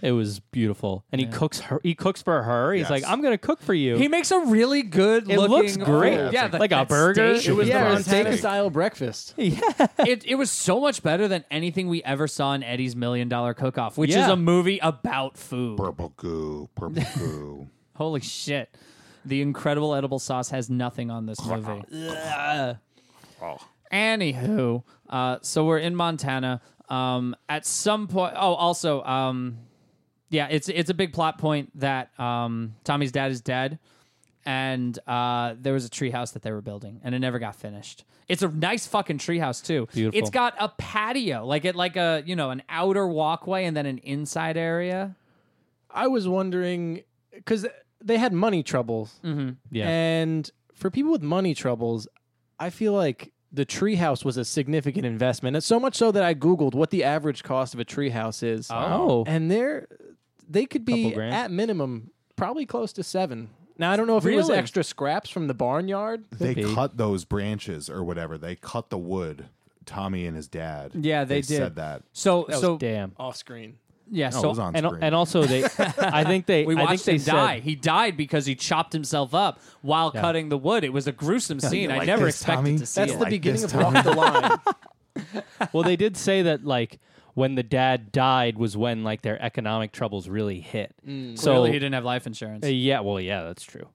Speaker 1: it was beautiful, and he cooks her. He cooks for her. He's
Speaker 2: Yes.
Speaker 1: like, "I'm gonna cook for you."
Speaker 3: He makes a really good.
Speaker 1: it looks great.
Speaker 2: Yeah, it's
Speaker 3: yeah,
Speaker 2: like-
Speaker 3: the-
Speaker 1: like a
Speaker 3: that
Speaker 1: burger.
Speaker 3: steak.
Speaker 4: It was
Speaker 2: Yeah,
Speaker 4: the
Speaker 2: it was
Speaker 4: Montana
Speaker 2: steak.
Speaker 4: style breakfast.
Speaker 3: it, it was so much better than anything we ever saw in Eddie's Million Dollar Cook Off, which is
Speaker 1: Yeah.
Speaker 3: a movie about food.
Speaker 2: purple goo,
Speaker 3: [laughs]
Speaker 2: purple goo.
Speaker 3: Holy shit. The incredible edible sauce has nothing on this movie. Ugh. Anywho, uh, so we're in Montana. Um, at some point, oh, also, um, yeah, it's it's a big plot point that um, Tommy's dad is dead, and uh, there was a treehouse that they were building, and it never got finished. It's a nice fucking treehouse too.
Speaker 1: Beautiful.
Speaker 3: It's got a patio, like it, like a you know, an outer walkway and then an inside area.
Speaker 4: I was wondering because they had money troubles,
Speaker 1: yeah.
Speaker 4: and for people with money troubles, I feel like the treehouse was a significant investment. It's so much so that I googled what the average cost of a treehouse is.
Speaker 1: oh,
Speaker 4: and they're they could be
Speaker 1: Couple grand?
Speaker 4: at minimum probably close to seven. Now I don't know if it was
Speaker 3: Really?
Speaker 4: extra scraps from the barnyard.
Speaker 2: they
Speaker 1: be.
Speaker 2: cut those branches or whatever. They cut the wood. Tommy and his dad.
Speaker 3: Yeah, they did.
Speaker 2: said that.
Speaker 3: So so
Speaker 1: damn.
Speaker 4: Off screen.
Speaker 3: yeah,
Speaker 2: No,
Speaker 3: so
Speaker 2: it was on
Speaker 1: And,
Speaker 2: screen.
Speaker 1: and also
Speaker 2: [laughs]
Speaker 1: they, I think they,
Speaker 3: We
Speaker 1: I
Speaker 3: watched
Speaker 1: think they
Speaker 3: him die.
Speaker 1: Said,
Speaker 3: he died because he chopped himself up while cutting the wood. It was a gruesome scene. I
Speaker 2: like
Speaker 3: never
Speaker 2: this,
Speaker 3: expected
Speaker 2: Tommy?
Speaker 3: to see
Speaker 4: That's
Speaker 3: it.
Speaker 4: the
Speaker 2: like
Speaker 4: beginning
Speaker 2: this
Speaker 4: of Walk the Line.
Speaker 1: well, they did say that like when the dad died was when like their economic troubles really hit. so
Speaker 3: Clearly, he didn't have life insurance.
Speaker 1: Uh, yeah, well, yeah, that's true.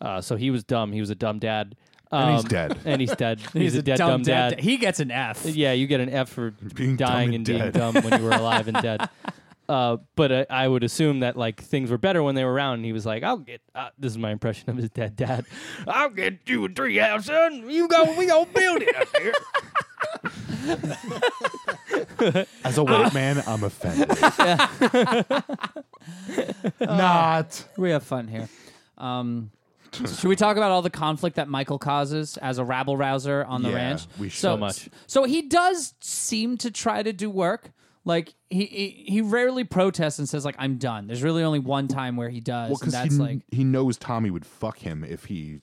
Speaker 1: Uh, so he was dumb. He was a dumb dad.
Speaker 2: And he's
Speaker 1: Um,
Speaker 3: [laughs]
Speaker 2: dead.
Speaker 1: And he's dead. he's, a dead dumb,
Speaker 3: dead
Speaker 1: dad.
Speaker 3: da- He gets an F.
Speaker 1: Yeah, you get an F for
Speaker 2: [laughs] Being dumb
Speaker 1: dying and,
Speaker 2: and dead.
Speaker 1: being dumb when you were alive and
Speaker 2: [laughs]
Speaker 1: dead. Uh, but uh, I would assume that like things were better when they were around. And he was like, "I'll get." Uh, this is my impression of his dead dad. [laughs] I'll get you a treehouse, son. You go. We gonna build it up here.
Speaker 2: As a
Speaker 3: [laughs]
Speaker 2: white man, I'm offended. [laughs] Not.
Speaker 3: We have fun here. Um,
Speaker 2: [laughs]
Speaker 3: should we talk about all the conflict that Michael causes as a rabble rouser on the
Speaker 2: Yeah,
Speaker 3: ranch?
Speaker 2: we should.
Speaker 3: so
Speaker 2: So
Speaker 1: much.
Speaker 3: So he does seem to try to do work. Like he, he he rarely protests and says like I'm done. There's really only one time where he
Speaker 2: Well,
Speaker 3: does, and
Speaker 2: because he,
Speaker 3: that's like
Speaker 2: he knows Tommy would fuck him if he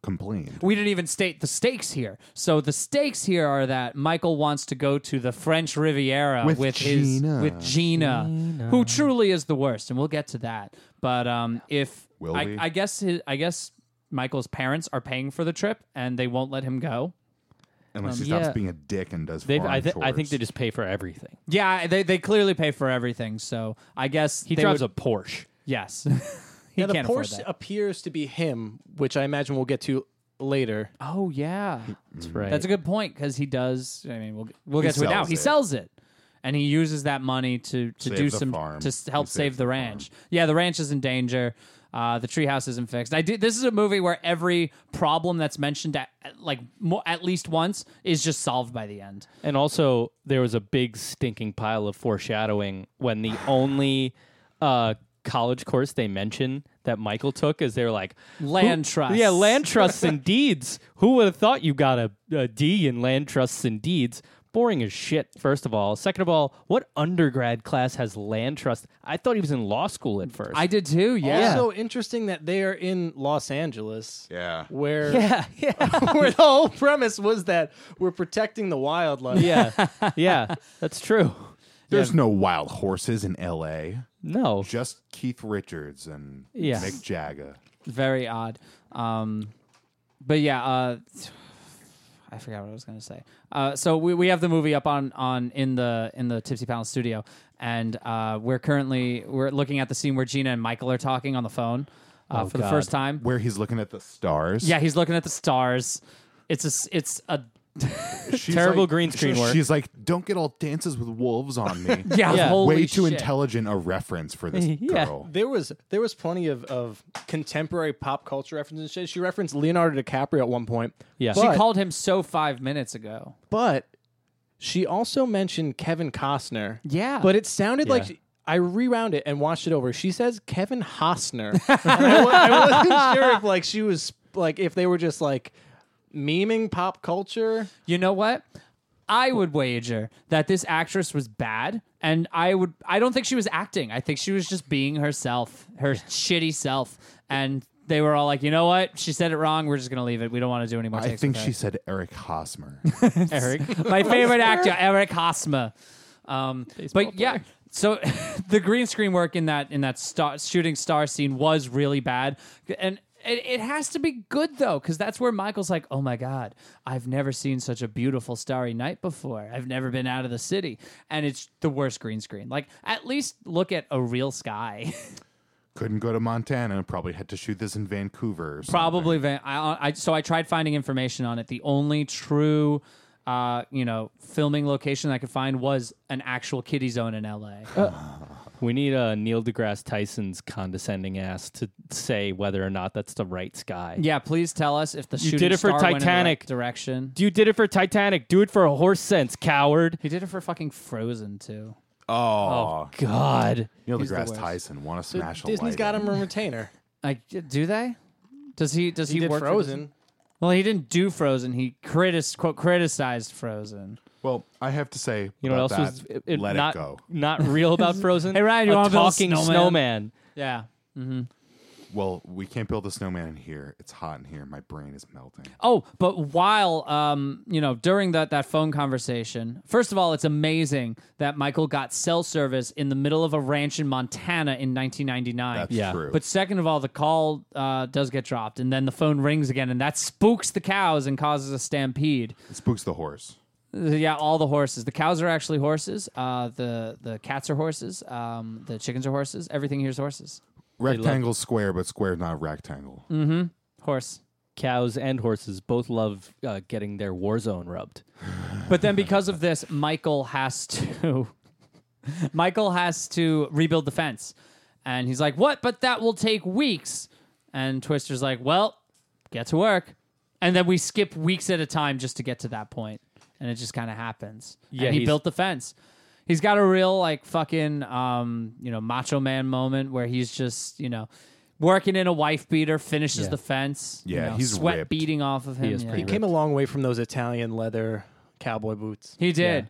Speaker 2: complained.
Speaker 3: we didn't even state the stakes here. So the stakes here are that Michael wants to go to the French Riviera with,
Speaker 2: With
Speaker 3: his
Speaker 2: Gina.
Speaker 3: with Gina, who truly is the worst, and we'll get to that. But um, if
Speaker 2: Will
Speaker 3: I,
Speaker 2: we?
Speaker 3: I guess his, I guess Michael's parents are paying for the trip, and they won't let him go.
Speaker 2: Unless he stops
Speaker 1: Um, yeah.
Speaker 2: being a dick and does
Speaker 1: They,
Speaker 2: farm
Speaker 1: I, th-
Speaker 2: chores.
Speaker 1: I think they just pay for everything.
Speaker 3: Yeah, they, they clearly pay for everything. So I guess
Speaker 1: He drives a Porsche.
Speaker 3: yes. [laughs] he
Speaker 4: Now the
Speaker 3: can't afford
Speaker 4: Porsche
Speaker 3: that.
Speaker 4: appears to be him, which I imagine we'll get to later.
Speaker 3: Oh yeah,
Speaker 1: That's right.
Speaker 3: that's a good point because he does. I mean, we'll we'll
Speaker 2: He
Speaker 3: get to it now.
Speaker 2: sells
Speaker 3: He
Speaker 2: it.
Speaker 3: sells it, and he uses that money to to
Speaker 2: Save
Speaker 3: do
Speaker 2: the
Speaker 3: some
Speaker 2: farm.
Speaker 3: to s- help
Speaker 2: He saves
Speaker 3: save the
Speaker 2: the
Speaker 3: ranch. Yeah, the ranch is in danger. Uh, the treehouse isn't fixed. I did. This is a movie where every problem that's mentioned at, at- like mo- at least once is just solved by the end.
Speaker 1: And also, there was a big stinking pile of foreshadowing when the only uh, college course they mention that Michael took is they're like
Speaker 3: Land
Speaker 1: who-
Speaker 3: trusts.
Speaker 1: Yeah,
Speaker 3: [laughs]
Speaker 1: land trusts and deeds. Who would have thought you got a, a D in land trusts and deeds? boring as shit, first of all. Second of all, what undergrad class has land trust? I thought he was in law school at first.
Speaker 3: I did too. Yeah.
Speaker 4: Also interesting that they are in Los Angeles.
Speaker 2: Yeah.
Speaker 1: [laughs]
Speaker 4: Where
Speaker 1: yeah, yeah.
Speaker 4: [laughs] where the whole premise was that we're protecting the
Speaker 3: [laughs]
Speaker 4: wildlife.
Speaker 1: yeah, yeah, that's true.
Speaker 2: There's no wild horses in L.A.
Speaker 1: No.
Speaker 2: Just Keith Richards and
Speaker 1: Yeah.
Speaker 2: Mick Jagger.
Speaker 3: very odd. Um, but yeah, uh, I forgot what I was going to say. Uh, so we, we have the movie up on on in the in the Tipsy Palace studio, and uh, we're currently we're looking at the scene where Gina and Michael are talking on the phone uh, for the
Speaker 1: God.
Speaker 3: first time.
Speaker 2: Where he's looking at the stars.
Speaker 3: Yeah, he's looking at the stars. It's a s- it's a
Speaker 2: She's
Speaker 1: Terrible green screen
Speaker 2: she-
Speaker 1: work.
Speaker 2: She's like, don't get all dances with wolves on me.
Speaker 1: [laughs]
Speaker 3: yeah,
Speaker 1: Yeah.
Speaker 3: holy
Speaker 2: Way too
Speaker 3: shit.
Speaker 2: intelligent a reference for this
Speaker 1: [laughs] Yeah.
Speaker 2: girl.
Speaker 4: There was there was plenty of, of contemporary pop culture references. and shit. She referenced Leonardo DiCaprio at one point.
Speaker 1: Yeah.
Speaker 4: But,
Speaker 1: She
Speaker 3: She called him so five minutes ago.
Speaker 4: but she also mentioned Kevin Costner.
Speaker 3: Yeah,
Speaker 4: But it sounded like
Speaker 1: Yeah.
Speaker 4: she- I rewound it and watched it over. She says Kevin
Speaker 1: [laughs]
Speaker 4: Costner. And I, wa- I wasn't sure if like she was like if they were just like memeing pop culture.
Speaker 3: You know what? I would wager that this actress was bad, and I would. I don't think she was acting. I think she was just being herself, her shitty self, and they were all like, "You know what? She said it wrong. We're just gonna leave it. We don't want to do any more."
Speaker 2: I
Speaker 3: takes
Speaker 2: think
Speaker 3: with
Speaker 2: she said Eric
Speaker 1: [laughs]
Speaker 2: Hosmer.
Speaker 3: her." [laughs] Eric, my favorite actor, Eric Hosmer. Um, but yeah, so [laughs] the green screen work in that in that star, shooting star scene was really bad, and. It, it has to be good though, because that's where Michael's like, "Oh my God, I've never seen such a beautiful starry night before. I've never been out of the city, and it's the worst green screen. Like, at least look at a real sky. [laughs]
Speaker 2: Couldn't go to Montana. Probably had to shoot this in Vancouver. or something.
Speaker 3: Probably. Van- I, I, so I tried finding information on it. The only true, uh, you know, filming location I could find was an actual kiddie zone in L.A.
Speaker 1: Uh, We need uh, Neil deGrasse Tyson's condescending ass to say whether or not that's the right sky.
Speaker 3: Yeah, please tell us if the shooting
Speaker 1: did it for
Speaker 3: star went in the
Speaker 1: Titanic.
Speaker 3: right direction.
Speaker 1: You did it for Titanic. Do it for a horse sense, coward.
Speaker 3: He did it for fucking Frozen too.
Speaker 2: Oh,
Speaker 1: God.
Speaker 2: Neil
Speaker 3: he's the
Speaker 2: deGrasse
Speaker 3: worst.
Speaker 2: Tyson want to smash a
Speaker 4: Disney's
Speaker 2: light
Speaker 4: got
Speaker 2: in.
Speaker 4: him a retainer.
Speaker 3: Like, do they? Does he? Does he,
Speaker 4: He, did
Speaker 3: work for Disney?
Speaker 4: Frozen.
Speaker 3: well, he didn't do Frozen. He critis quote criticized Frozen.
Speaker 2: Well, I have to say,
Speaker 1: You know what else
Speaker 2: about
Speaker 1: was
Speaker 2: that,
Speaker 1: it, it
Speaker 2: let
Speaker 1: not
Speaker 2: it go.
Speaker 1: not real
Speaker 3: [laughs]
Speaker 1: about Frozen?
Speaker 3: Hey, Ryan, you
Speaker 1: a
Speaker 3: wanna build a
Speaker 1: talking
Speaker 3: snowman?
Speaker 1: snowman.
Speaker 3: Yeah.
Speaker 2: Well, we can't build a snowman in here. It's hot in here. My brain is melting.
Speaker 3: Oh, but while um, you know, during that that phone conversation, first of all, it's amazing that Michael got cell service in the middle of a ranch in Montana in 1999.
Speaker 2: That's
Speaker 1: Yeah.
Speaker 2: true.
Speaker 3: But second of all, the call uh, does get dropped, and then the phone rings again, and that spooks the cows and causes a stampede.
Speaker 2: it spooks the horse.
Speaker 3: Yeah, all the horses. The cows are actually horses. Uh, the the cats are horses. Um, the chickens are horses. Everything here is horses.
Speaker 2: Rectangle, square, but square not rectangle.
Speaker 3: Horse.
Speaker 1: Cows and horses both love uh, getting their war zone rubbed.
Speaker 3: But then because of this, Michael has to [laughs] Michael has to rebuild the fence. And he's like, "What? But that will take weeks." And Twister's like, "Well, get to work." And then we skip weeks at a time just to get to that point. And it just kind of happens.
Speaker 1: Yeah,
Speaker 3: and he
Speaker 1: he's-
Speaker 3: built the fence. He's got a real like fucking um, you know, macho man moment where he's just, you know, working in a wife beater, finishes
Speaker 1: Yeah.
Speaker 3: the fence. you
Speaker 2: Yeah,
Speaker 3: know,
Speaker 2: he's
Speaker 3: sweat
Speaker 2: ripped.
Speaker 3: beating off of him.
Speaker 1: is
Speaker 3: yeah.
Speaker 1: pretty
Speaker 4: He came a long way from those Italian leather cowboy boots.
Speaker 3: He did.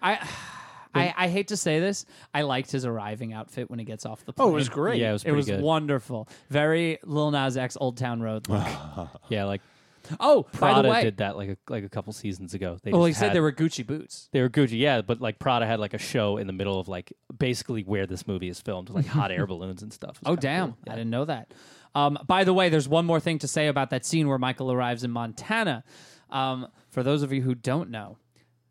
Speaker 3: I, [sighs] I I hate to say this. I liked his arriving outfit when he gets off the plane.
Speaker 4: Oh, great.
Speaker 1: Yeah, it was
Speaker 3: Oh, It
Speaker 1: pretty
Speaker 3: was
Speaker 1: good.
Speaker 3: wonderful. Very Lil Nas X Old Town Road look.
Speaker 1: yeah, like
Speaker 3: oh, by
Speaker 1: Prada
Speaker 3: the way,
Speaker 1: did that like a, like a couple seasons ago. They
Speaker 3: well, he
Speaker 1: just
Speaker 3: said
Speaker 1: had-
Speaker 3: they were Gucci boots.
Speaker 1: they were Gucci, yeah, but like Prada had like a show in the middle of like basically where this movie is filmed, like hot
Speaker 3: [laughs]
Speaker 1: air balloons and stuff. It was
Speaker 3: Oh,
Speaker 1: kinda
Speaker 3: damn.
Speaker 1: cool. Yeah.
Speaker 3: I didn't know that. Um, by the way, there's one more thing to say about that scene where Michael arrives in Montana. Um, for those of you who don't know,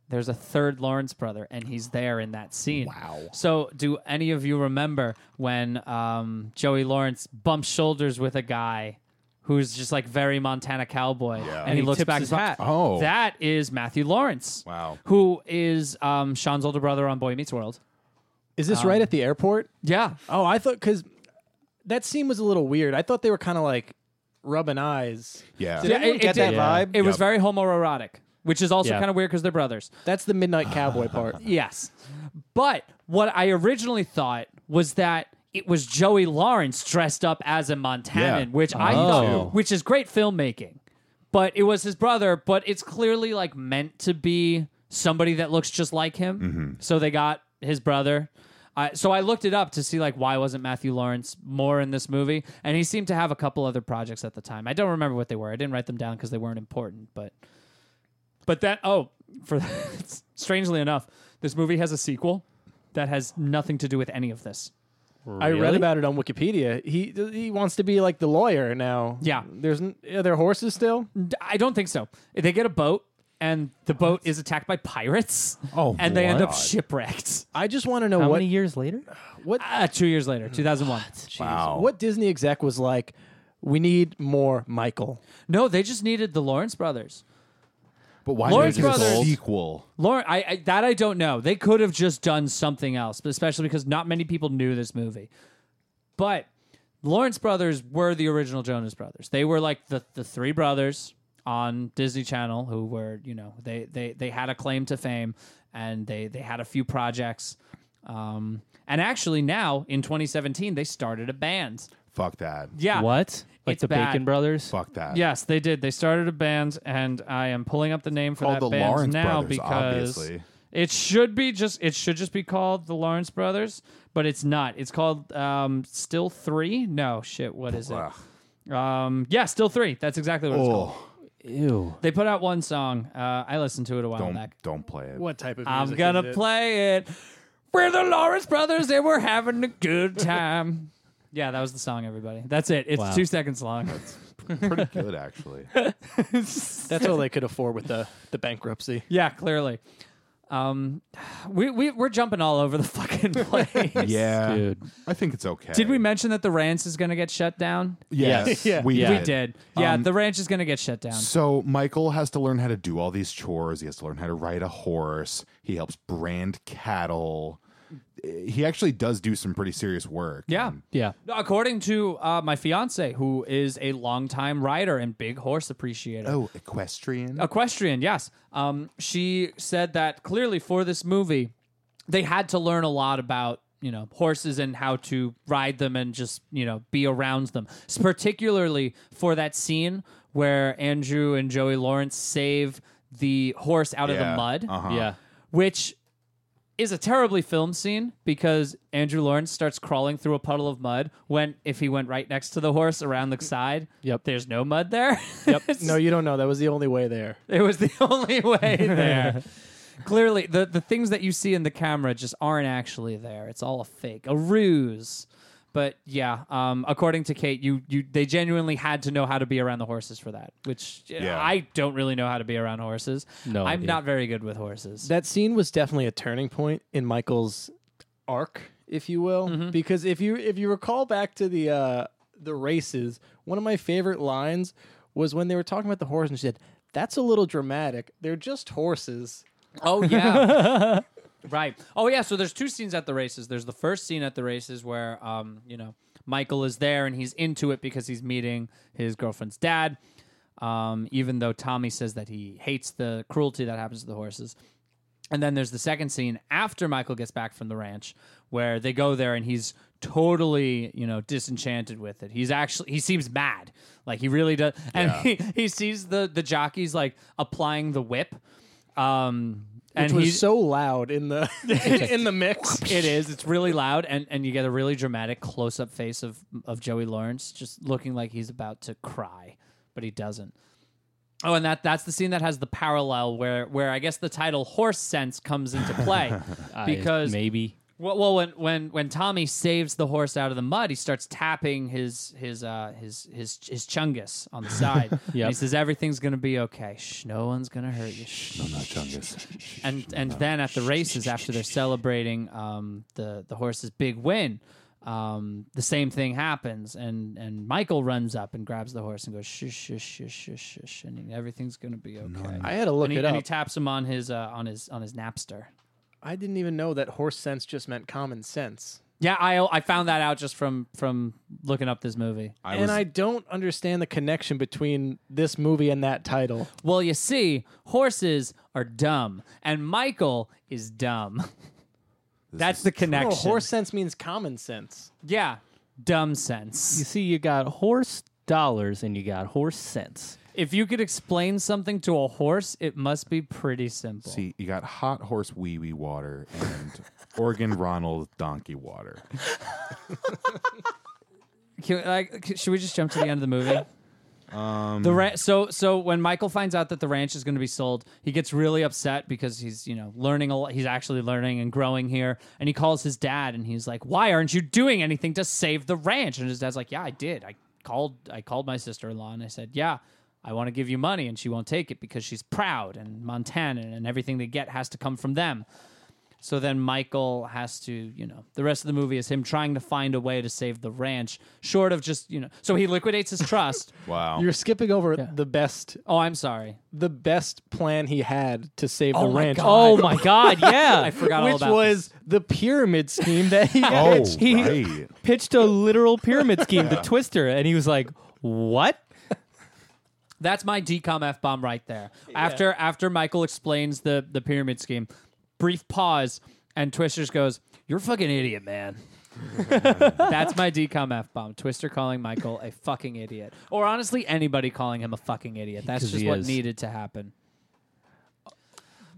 Speaker 3: there's a third Lawrence brother, and he's there in that scene. Wow. So, do any of you remember when um, Joey Lawrence bumps shoulders with a guy who's just like very Montana cowboy, and, he,
Speaker 1: he
Speaker 3: looks
Speaker 1: tips
Speaker 3: back
Speaker 1: his
Speaker 3: and-
Speaker 1: hat.
Speaker 2: Oh.
Speaker 3: that is Matthew Lawrence.
Speaker 2: Wow.
Speaker 3: Who is um, Sean's older brother on Boy Meets World?
Speaker 4: Is this right at the airport?
Speaker 3: Yeah.
Speaker 4: Oh, I thought because that scene was a little weird. I thought they were kind of like rubbing eyes.
Speaker 2: Yeah.
Speaker 4: Did
Speaker 3: Yeah, it-
Speaker 4: anyone
Speaker 3: it
Speaker 4: get that
Speaker 3: did.
Speaker 4: vibe?
Speaker 3: It was very homoerotic, which is also
Speaker 1: Yeah.
Speaker 3: kind of weird because they're brothers.
Speaker 4: That's the midnight cowboy part.
Speaker 3: Yes. But what I originally thought was that it was Joey Lawrence dressed up as a Montanan,
Speaker 2: Yeah.
Speaker 3: which I
Speaker 1: Oh.
Speaker 3: thought, which is great filmmaking. But it was his brother, but it's clearly like meant to be somebody that looks just like him. So they got his brother. I so I looked it up to see like why wasn't Matthew Lawrence more in this movie, and he seemed to have a couple other projects at the time. I don't remember what they were. I didn't write them down because they weren't important. But but that oh, for [laughs] strangely enough, this movie has a sequel that has nothing to do with any of this.
Speaker 4: I read about it on Wikipedia. He he wants to be like the lawyer now.
Speaker 3: Yeah.
Speaker 4: There's n- are there horses still?
Speaker 3: D- I don't think so. They get a boat, and the boat is attacked by pirates.
Speaker 2: Oh,
Speaker 3: and they end up
Speaker 2: what?
Speaker 3: shipwrecked. [laughs]
Speaker 4: I just want to know
Speaker 1: How
Speaker 4: what
Speaker 1: many years later?
Speaker 3: Uh, two years later, two thousand one.
Speaker 2: Wow.
Speaker 4: what Disney exec was like. We need more Michael.
Speaker 3: No, they just needed the Lawrence brothers.
Speaker 2: But why
Speaker 3: Lawrence
Speaker 2: did they do a
Speaker 3: Brothers-
Speaker 2: sequel?
Speaker 3: Lauren, I, I that I don't know. They could have just done something else, but especially because not many people knew this movie. But Lawrence Brothers were the original Jonas Brothers. They were like the the three brothers on Disney Channel who were you know they they they had a claim to fame and they they had a few projects. Um, and actually, now in 2017, they started a band.
Speaker 2: Fuck that.
Speaker 3: Yeah,
Speaker 1: What? Like
Speaker 3: It's
Speaker 1: the
Speaker 3: bad.
Speaker 1: Bacon Brothers?
Speaker 2: Fuck that.
Speaker 3: Yes, they did. They started a band, and I am pulling up the name for
Speaker 2: called
Speaker 3: that
Speaker 2: the
Speaker 3: band
Speaker 2: Lawrence
Speaker 3: now
Speaker 2: Brothers,
Speaker 3: because
Speaker 2: obviously.
Speaker 3: it should be just it should just be called the Lawrence Brothers, but it's not. It's called um, Still Three. No shit. What is
Speaker 2: Ugh.
Speaker 3: it? Um, yeah, Still Three. That's exactly what it's called.
Speaker 2: Oh,
Speaker 1: Ew.
Speaker 3: They put out one song. Uh, I listened to it a while
Speaker 2: don't
Speaker 3: back.
Speaker 2: don't play it.
Speaker 4: What type of?
Speaker 3: I'm gonna play it. We're the Lawrence Brothers, and we're having a good time. yeah, that was the song. Everybody, that's it. It's
Speaker 1: Wow.
Speaker 3: two seconds long.
Speaker 2: Pretty good actually.
Speaker 4: That's all they could afford with the
Speaker 3: [laughs]
Speaker 4: the bankruptcy.
Speaker 3: Yeah, clearly. Um, [sighs] we, we we're jumping all over the [laughs] fucking place.
Speaker 2: yeah.
Speaker 1: Dude.
Speaker 2: I think it's okay.
Speaker 3: Did we mention that the ranch is going to get shut down?
Speaker 2: Yes.
Speaker 4: Yeah.
Speaker 2: We,
Speaker 1: Yeah.
Speaker 3: We did. Yeah,
Speaker 2: Um,
Speaker 3: the ranch is going to get shut down.
Speaker 2: So Michael has to learn how to do all these chores. He has to learn how to ride a horse. He helps brand cattle. He actually does do some pretty serious work.
Speaker 3: Yeah.
Speaker 1: Yeah.
Speaker 3: No, According to uh, my fiance, who is a longtime rider and big horse appreciator.
Speaker 2: Oh, equestrian.
Speaker 3: Equestrian, yes. Um, she said that clearly for this movie, they had to learn a lot about you know horses and how to ride them and just you know be around them. S- particularly for that scene where Andrew and Joey Lawrence save the horse out of the
Speaker 2: Yeah,
Speaker 3: mud,
Speaker 2: uh-huh.
Speaker 1: Yeah.
Speaker 3: which is a terribly filmed scene because Andrew Lawrence starts crawling through a puddle of mud when if he went right next to the horse around the side,
Speaker 1: Yep.
Speaker 3: there's no mud there. It's
Speaker 4: No, you don't know. That was the only way there.
Speaker 3: it was the [laughs] only way there. Clearly, the, the things that you see in the camera just aren't actually there. It's all a fake, a ruse. But yeah, um, according to Kate, you you they genuinely had to know how to be around the horses for that, which uh,
Speaker 2: Yeah.
Speaker 3: I don't really know how to be around horses.
Speaker 1: No
Speaker 3: I'm
Speaker 1: idea.
Speaker 3: not very good with horses.
Speaker 4: That scene was definitely a turning point in Michael's arc, if you will,
Speaker 3: Mm-hmm.
Speaker 4: because if you if you recall back to the uh, the races, one of my favorite lines was when they were talking about the horse and she said, "That's a little dramatic. They're just horses."
Speaker 3: Oh yeah. right. Oh yeah, so there's two scenes at the races. There's the first scene at the races where um, you know, Michael is there and he's into it because he's meeting his girlfriend's dad. Um, even though Tommy says that he hates the cruelty that happens to the horses. And then there's the second scene after Michael gets back from the ranch where they go there and he's totally, you know, disenchanted with it. He's actually he seems mad. Like he really does and he, he sees the the jockeys like applying the whip. Um
Speaker 4: Which
Speaker 3: and
Speaker 4: was
Speaker 3: he's
Speaker 4: so loud
Speaker 3: [laughs]
Speaker 4: in the in the mix. [laughs]
Speaker 3: it is. It's really loud, and, and you get a really dramatic close up face of of Joey Lawrence just looking like he's about to cry, but he doesn't. Oh, and that that's the scene that has the parallel where where I guess the title horse sense comes into play because
Speaker 1: maybe.
Speaker 3: well, well, when when when Tommy saves the horse out of the mud, he starts tapping his his uh, his his his chungus on the side. Yeah, he says everything's gonna be okay. Shh, no one's gonna hurt you. Shh.
Speaker 2: No, not
Speaker 3: [laughs]
Speaker 2: Chungus.
Speaker 3: And and then at the races after they're celebrating um, the the horse's big win, um, the same thing happens and and Michael runs up and grabs the horse and goes shh shh shh shh shh shh and everything's gonna be okay.
Speaker 4: I had to look
Speaker 3: and, he,
Speaker 4: it
Speaker 3: and
Speaker 4: up.
Speaker 3: he taps him on his uh, on his on his Napster.
Speaker 4: I didn't even know that horse sense just meant common sense.
Speaker 3: Yeah, I I found that out just from from looking up this movie.
Speaker 2: I
Speaker 4: and
Speaker 2: was
Speaker 4: I don't understand the connection between this movie and that title.
Speaker 3: Well, you see, horses are dumb, and Michael is dumb. [laughs] That's the
Speaker 4: No,
Speaker 3: connection.
Speaker 4: horse sense means common sense.
Speaker 3: yeah, dumb
Speaker 1: You
Speaker 3: sense.
Speaker 1: see, you got horse dollars and you got horse cents.
Speaker 3: If you could explain something to a horse, it must be pretty simple.
Speaker 2: See, you got hot horse wee wee water and Oregon Ronald donkey water.
Speaker 3: Can, like, c- should we just jump to the end of the movie? the ra- so so when Michael finds out that the ranch is going to be sold, he gets really upset because he's you know learning a lot. He's actually learning and growing here, and he calls his dad and he's like, "Why aren't you doing anything to save the ranch?" And his dad's like, "Yeah, I did. I called. I called my sister in law and I said, yeah." I want to give you money, and she won't take it because she's proud and Montana, and everything they get has to come from them. So then Michael has to, you know, the rest of the movie is him trying to find a way to save the ranch, short of just, you know, so he liquidates his trust.
Speaker 2: Wow.
Speaker 4: Oh. You're skipping over the best
Speaker 3: oh, I'm sorry.
Speaker 4: the best plan he had to save the ranch.
Speaker 3: Oh
Speaker 4: [laughs]
Speaker 3: my God. Yeah. [laughs] I forgot all
Speaker 4: Which
Speaker 3: about
Speaker 4: was the pyramid scheme that [laughs] he
Speaker 2: oh,
Speaker 4: pitched.
Speaker 1: he-
Speaker 2: right.
Speaker 1: Pitched a literal pyramid scheme to Twister, and he was like, "What?"
Speaker 3: That's my DCOM F bomb right there. After after Michael explains the, the pyramid scheme, brief pause, and Twister just goes, You're a fucking idiot, [laughs] man. That's my DCOM F bomb. Twister calling Michael a fucking idiot. Or honestly, anybody calling him a fucking idiot. That's
Speaker 1: 'Cause
Speaker 3: just
Speaker 1: he
Speaker 3: what
Speaker 1: is.
Speaker 3: needed to happen.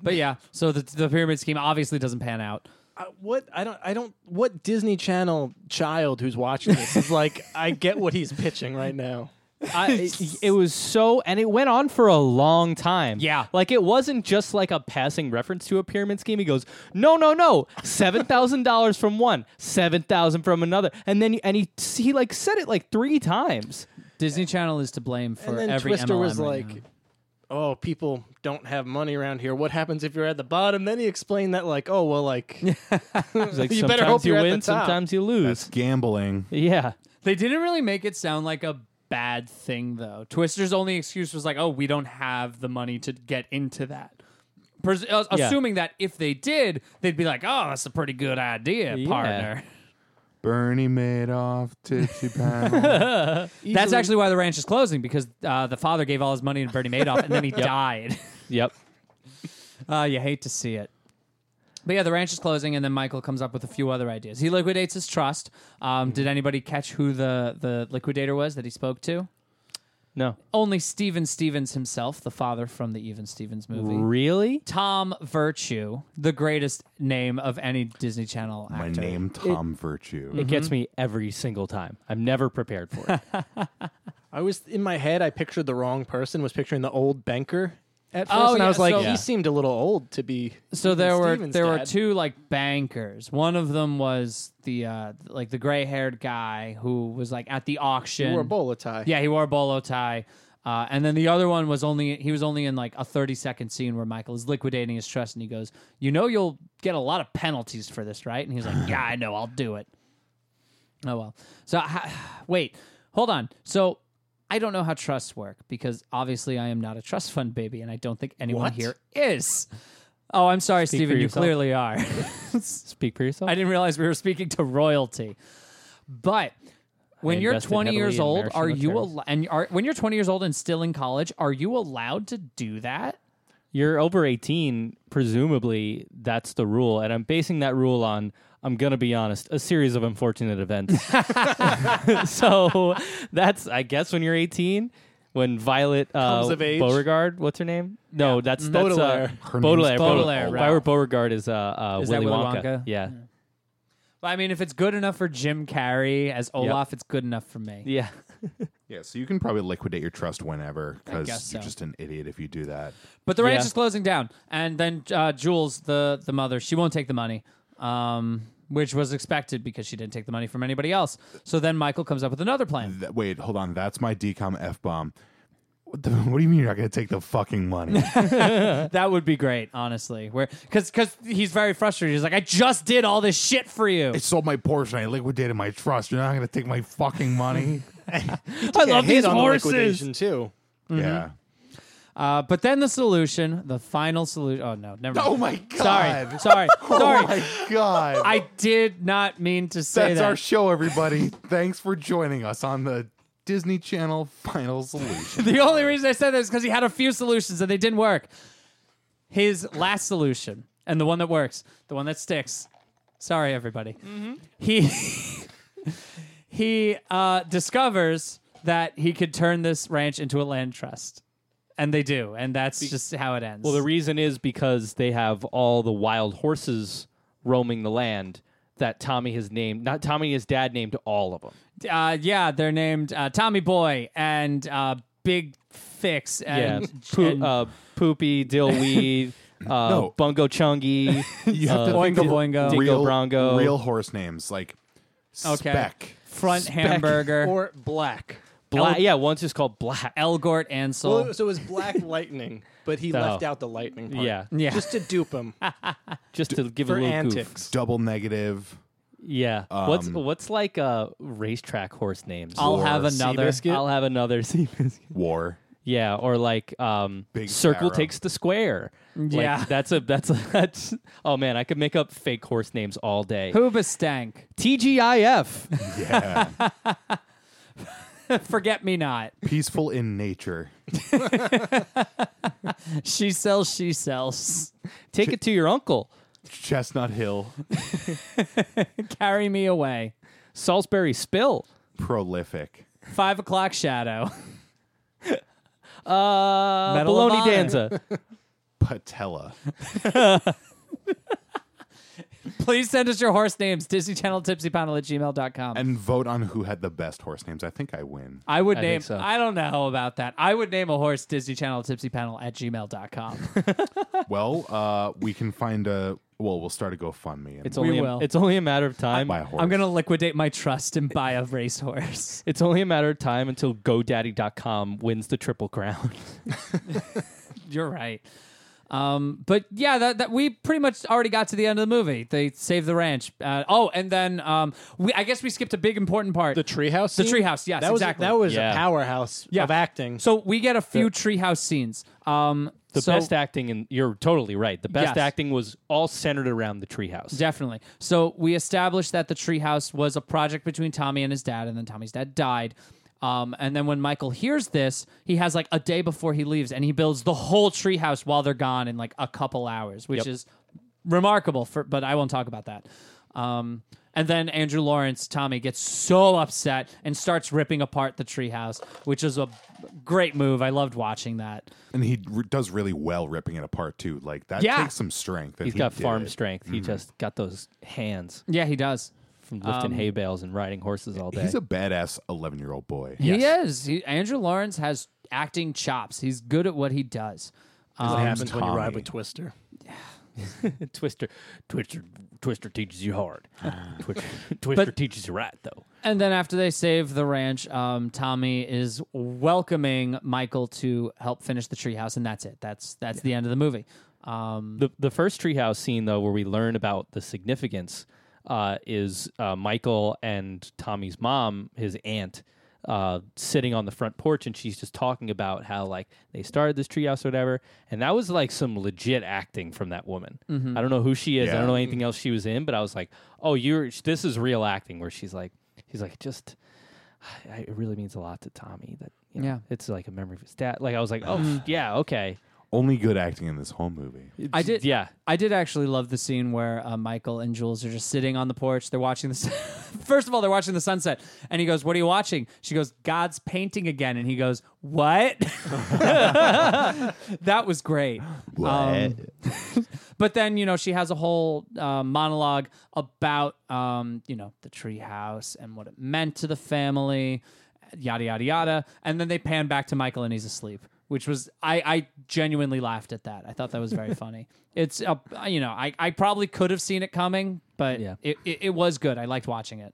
Speaker 3: But yeah, so the, the pyramid scheme obviously doesn't pan out.
Speaker 4: I- Uh, What I don't I don't what Disney Channel child who's watching this is [laughs] like I get what he's pitching right now.
Speaker 1: [laughs] I, it, it was so, and it went on for a long time.
Speaker 3: Yeah.
Speaker 1: like it wasn't just like a passing reference to a pyramid scheme. He goes, "No, no, no, seven thousand dollars from one, seven thousand from another," and then and he he like said it like three times.
Speaker 3: Disney Channel is to blame for
Speaker 4: And then
Speaker 3: every
Speaker 4: Twister
Speaker 3: MLM
Speaker 4: was
Speaker 3: right
Speaker 4: like,
Speaker 3: now.
Speaker 4: "Oh, people don't have money around here. What happens if you're at the bottom?" Then he explained that like, "Oh,
Speaker 3: [laughs]
Speaker 4: well, like
Speaker 1: He's like,
Speaker 4: You
Speaker 1: sometimes
Speaker 4: better hope
Speaker 1: you
Speaker 4: you're at the
Speaker 1: win,
Speaker 4: top."
Speaker 1: sometimes you lose.
Speaker 2: That's gambling.
Speaker 1: yeah,
Speaker 3: They didn't really make it sound like a bad thing, though. Twister's only excuse was like, "Oh, we don't have the money to get into that." Pres- uh,
Speaker 1: Yeah.
Speaker 3: Assuming that if they did, they'd be like, "Oh, that's a pretty good idea,
Speaker 1: Yeah.
Speaker 3: partner."
Speaker 2: Bernie Madoff, Tipsy Panel.
Speaker 3: That's actually why the ranch is closing because uh, the father gave all his money to Bernie Madoff and [laughs] then he died.
Speaker 1: yep.
Speaker 3: Uh, you hate to see it. But yeah, the ranch is closing, and then Michael comes up with a few other ideas. He liquidates his trust. Um, Did anybody catch who the, the liquidator was that he spoke to?
Speaker 1: No,
Speaker 3: Only Steven Stevens himself, the father from the Even Stevens movie.
Speaker 1: really?
Speaker 3: Tom Virtue, the greatest name of any Disney Channel
Speaker 2: My
Speaker 3: actor.
Speaker 2: name, Tom Virtue.
Speaker 1: It gets me every single time. I'm never prepared for it.
Speaker 4: I was in my head. I pictured the wrong person. Was picturing the old banker at first,
Speaker 3: Oh,
Speaker 4: and
Speaker 3: yeah,
Speaker 4: I was like,
Speaker 3: so-
Speaker 4: he seemed a little old to be."
Speaker 3: So there
Speaker 4: Even
Speaker 3: were
Speaker 4: Stevens'
Speaker 3: there were
Speaker 4: dad.
Speaker 3: two like bankers. One of them was the uh like the gray haired guy who was like at the auction.
Speaker 4: Wore a bowler tie.
Speaker 3: Yeah, he wore a bolo tie. Uh, and then the other one was only he was only in like a 30 second scene where Michael is liquidating his trust and he goes, "You know you'll get a lot of penalties for this, right?" And
Speaker 1: [sighs]
Speaker 3: he's like, "Yeah, I know, I'll do it." Oh well. So ha- [sighs] wait, hold on. So I don't know how trusts work because obviously I am not a trust fund baby and I don't think anyone
Speaker 4: What?
Speaker 3: here is. Oh, I'm sorry,
Speaker 1: Speak for
Speaker 3: Steven, you
Speaker 1: yourself.
Speaker 3: clearly are. [laughs]
Speaker 1: Speak for yourself.
Speaker 3: I didn't realize we were speaking to royalty. But when
Speaker 1: I
Speaker 3: you're
Speaker 1: invested
Speaker 3: 20
Speaker 1: heavily
Speaker 3: years
Speaker 1: in
Speaker 3: old, are
Speaker 1: Maraschino
Speaker 3: you
Speaker 1: Terrace.
Speaker 3: al- and are when you're 20 years old and still in college, are you allowed to do that?
Speaker 1: You're over 18, presumably that's the rule. And I'm basing that rule on, I'm going to be honest, a series of unfortunate events. [laughs] so that's, I guess, when you're 18, when Violet uh,
Speaker 4: Comes of age.
Speaker 1: Beauregard, what's her name? No, that's, that's
Speaker 4: Baudelaire.
Speaker 1: Uh,
Speaker 2: Her name's
Speaker 1: Baudelaire.
Speaker 3: Baudelaire,
Speaker 1: Baudelaire.
Speaker 3: right.
Speaker 1: Violet Beauregard is, uh, uh,
Speaker 3: Is that
Speaker 1: Willy,
Speaker 3: Willy
Speaker 1: Wonka.
Speaker 3: Wonka?
Speaker 1: Yeah.
Speaker 3: I mean, if it's good enough for Jim Carrey as Olaf, it's good enough for me.
Speaker 1: Yeah.
Speaker 2: Yeah, so you can probably liquidate your trust whenever because
Speaker 3: guess
Speaker 2: you're
Speaker 3: so.
Speaker 2: just an idiot if you do that.
Speaker 3: But the ranch
Speaker 1: Yeah.
Speaker 3: is closing down, and then uh, Jules, the the mother, she won't take the money, um, which was expected because she didn't take the money from anybody else. So then Michael comes up with another
Speaker 1: Mm-hmm.
Speaker 3: plan.
Speaker 2: That- wait, hold on. That's my decom f bomb. What, the, [laughs] what do you mean you're not going to take the fucking [laughs] money?
Speaker 3: That would be great, honestly. Where because because he's very frustrated. He's like, I just did all this shit for you.
Speaker 2: I sold my Porsche and I liquidated my trust. You're not going to take my fucking [laughs] money.
Speaker 1: I
Speaker 4: Yeah,
Speaker 1: love
Speaker 4: hit
Speaker 1: these
Speaker 4: on the
Speaker 1: horses.
Speaker 4: liquidation, too.
Speaker 2: Yeah.
Speaker 3: Uh, but then the solution, the final solution. Oh no, never.
Speaker 2: Oh
Speaker 3: mind.
Speaker 2: my god.
Speaker 3: Sorry, sorry,
Speaker 2: Oh
Speaker 3: sorry.
Speaker 2: my [laughs] god.
Speaker 3: I did not mean to say
Speaker 2: That's
Speaker 3: that.
Speaker 2: our show, everybody. Thanks for joining us on the Disney Channel Final Solution.
Speaker 3: [laughs] the only reason I said that is because he had a few solutions and they didn't work. His last solution and the one that works, the one that sticks. [laughs] Sorry, everybody. He he uh, discovers that he could turn this ranch into a land trust. And they do. And that's just how it ends.
Speaker 1: Well, the reason is because they have all the wild horses roaming the land that Tommy has named. Not Tommy, his dad named all of them.
Speaker 3: uh, yeah, they're named uh, Tommy Boy and uh, Big Fix
Speaker 1: Yeah,
Speaker 3: and,
Speaker 1: Poo-
Speaker 3: and
Speaker 1: uh, Poopy, Dillweed, uh,
Speaker 2: No.
Speaker 1: Bungo Chungy,
Speaker 2: You have to
Speaker 3: Boingo
Speaker 2: think of
Speaker 3: Uh, Boingo. Dingo
Speaker 2: real,
Speaker 1: Brongo.
Speaker 2: real horse names like
Speaker 3: Okay.
Speaker 2: Speck.
Speaker 3: Front Hamburger,
Speaker 4: or black.
Speaker 1: Black.
Speaker 3: El-
Speaker 1: yeah, one's just called Black.
Speaker 3: Elgort Ansel.
Speaker 4: Well, so it
Speaker 3: [laughs]
Speaker 4: was black lightning, but he left out the lightning part.
Speaker 1: Yeah,
Speaker 3: yeah.
Speaker 4: Just to
Speaker 3: [laughs]
Speaker 4: dupe him
Speaker 1: [laughs] just to give a
Speaker 4: for
Speaker 1: little goof.
Speaker 4: antics.
Speaker 2: Double negative.
Speaker 1: Yeah. what's
Speaker 2: Um,
Speaker 1: what's like uh, racetrack horse names?
Speaker 3: I'll
Speaker 2: Or
Speaker 3: have another.
Speaker 4: Seabiscuit.
Speaker 1: I'll have another. [laughs] sea biscuit.
Speaker 3: [laughs]
Speaker 2: War.
Speaker 1: yeah, or like um,
Speaker 2: Big
Speaker 1: circle
Speaker 2: Sparrow.
Speaker 1: takes the square. Like,
Speaker 3: Yeah.
Speaker 1: that's a that's a [laughs] that's. Oh man, I could make up fake horse names all day.
Speaker 3: Hoobastank.
Speaker 1: TGIF.
Speaker 2: Yeah.
Speaker 3: Forget me not.
Speaker 2: Peaceful in nature.
Speaker 3: She sells, she sells.
Speaker 1: Take it to your uncle.
Speaker 2: Chestnut Hill.
Speaker 3: Carry me away.
Speaker 1: Salisbury Spill.
Speaker 2: Prolific.
Speaker 3: Five o'clock shadow. [laughs]
Speaker 1: Uh,
Speaker 3: Medal of
Speaker 1: Baloney [laughs]
Speaker 3: Honor.
Speaker 1: Danza.
Speaker 2: Patella.
Speaker 3: Please send us your horse names, Disney Channel Tipsy Panel at gmail.com.
Speaker 2: And vote on who had the best horse names. I think I win.
Speaker 3: I would
Speaker 1: I
Speaker 3: name,
Speaker 1: think so.
Speaker 3: I don't know about that. I would name a horse Disney Channel Tipsy Panel at
Speaker 1: [laughs]
Speaker 3: gmail.com.
Speaker 2: Well, uh, we can find a. Well, we'll start a GoFundMe. And
Speaker 1: It's only a,
Speaker 3: will.
Speaker 1: it's only a matter of time.
Speaker 2: buy a horse.
Speaker 3: I'm going to liquidate my trust and buy a racehorse. [laughs]
Speaker 1: It's only a matter of time until GoDaddy.com wins the triple crown. [laughs]
Speaker 3: You're right. Um, but yeah, that, that we pretty much already got to the end of the movie. They save the ranch. Uh, oh, and then um, we I guess we skipped a big important part.
Speaker 4: The treehouse.
Speaker 3: The
Speaker 4: scene?
Speaker 3: treehouse, yes,
Speaker 4: that was,
Speaker 3: exactly.
Speaker 4: That was
Speaker 1: Yeah.
Speaker 4: a powerhouse of acting.
Speaker 3: So we get a few treehouse scenes. Um,
Speaker 1: The
Speaker 3: so-
Speaker 1: best acting, and you're totally right. The best
Speaker 3: Yes.
Speaker 1: acting was all centered around the treehouse.
Speaker 3: Definitely. So we established that the treehouse was a project between Tommy and his dad, and then Tommy's dad died. Um, and then when Michael hears this, he has like a day before he leaves, and he builds the whole treehouse while they're gone in like a couple hours, which
Speaker 1: Yep.
Speaker 3: is remarkable. For but I won't talk about that. Um, and then Andrew Lawrence, Tommy gets so upset and starts ripping apart the treehouse, which is a great move. I loved watching that.
Speaker 2: and he r- does really well ripping it apart too. Like that
Speaker 3: Yeah.
Speaker 2: takes some strength. and
Speaker 1: He's
Speaker 2: he
Speaker 1: got
Speaker 2: did Mm-hmm.
Speaker 1: farm
Speaker 2: it.
Speaker 1: strength. He just got those hands
Speaker 3: Yeah, he does.
Speaker 1: from lifting hay bales and riding horses all day.
Speaker 2: He's a badass eleven-year-old boy.
Speaker 3: He is. He, Andrew Lawrence has acting chops. He's good at what he does.
Speaker 4: what
Speaker 2: Um,
Speaker 4: happens when you ride
Speaker 2: Tommy.
Speaker 4: with Twister?
Speaker 1: [laughs] Twister, Twister, Twister teaches you hard.
Speaker 2: Ah.
Speaker 1: Twister, [laughs] Twister teaches you right though.
Speaker 3: And then after they save the ranch, um, Tommy is welcoming Michael to help finish the treehouse, and that's it. That's that's the end of the movie. Um,
Speaker 1: The the first treehouse scene though, where we learn about the significance, uh, is uh, Michael and Tommy's mom, his aunt, uh, sitting on the front porch, and she's just talking about how like they started this treehouse or whatever, and that was like some legit acting from that woman.
Speaker 3: Mm-hmm.
Speaker 1: I don't know who she is. I
Speaker 2: Yeah.
Speaker 1: don't know anything else she was in, but I was like, oh, you're this is real acting. Where she's like, he's like, just [sighs] I- it really means a lot to Tommy that. You know,
Speaker 3: Yeah. Mm-hmm.
Speaker 1: it's like a memory of his dad. Like I was like, oh yeah, okay,
Speaker 2: Only good acting in this whole movie.
Speaker 3: I did.
Speaker 1: yeah.
Speaker 3: I did actually love the scene where uh, Michael and Jules are just sitting on the porch. They're watching the. sun- [laughs] First of all, they're watching the sunset, and he goes, "What are you watching?" She goes, "God's painting again," and he goes, "What?" [laughs] that was great. Um, but then you know she has a whole uh, monologue about um, you know the treehouse and what it meant to the family, yada yada yada, and then they pan back to Michael and he's asleep, which was I, I genuinely laughed at that. I thought that was very funny. It's uh, you know I, I probably could have seen it coming, but
Speaker 1: Yeah.
Speaker 3: it, it it was good. I liked watching it.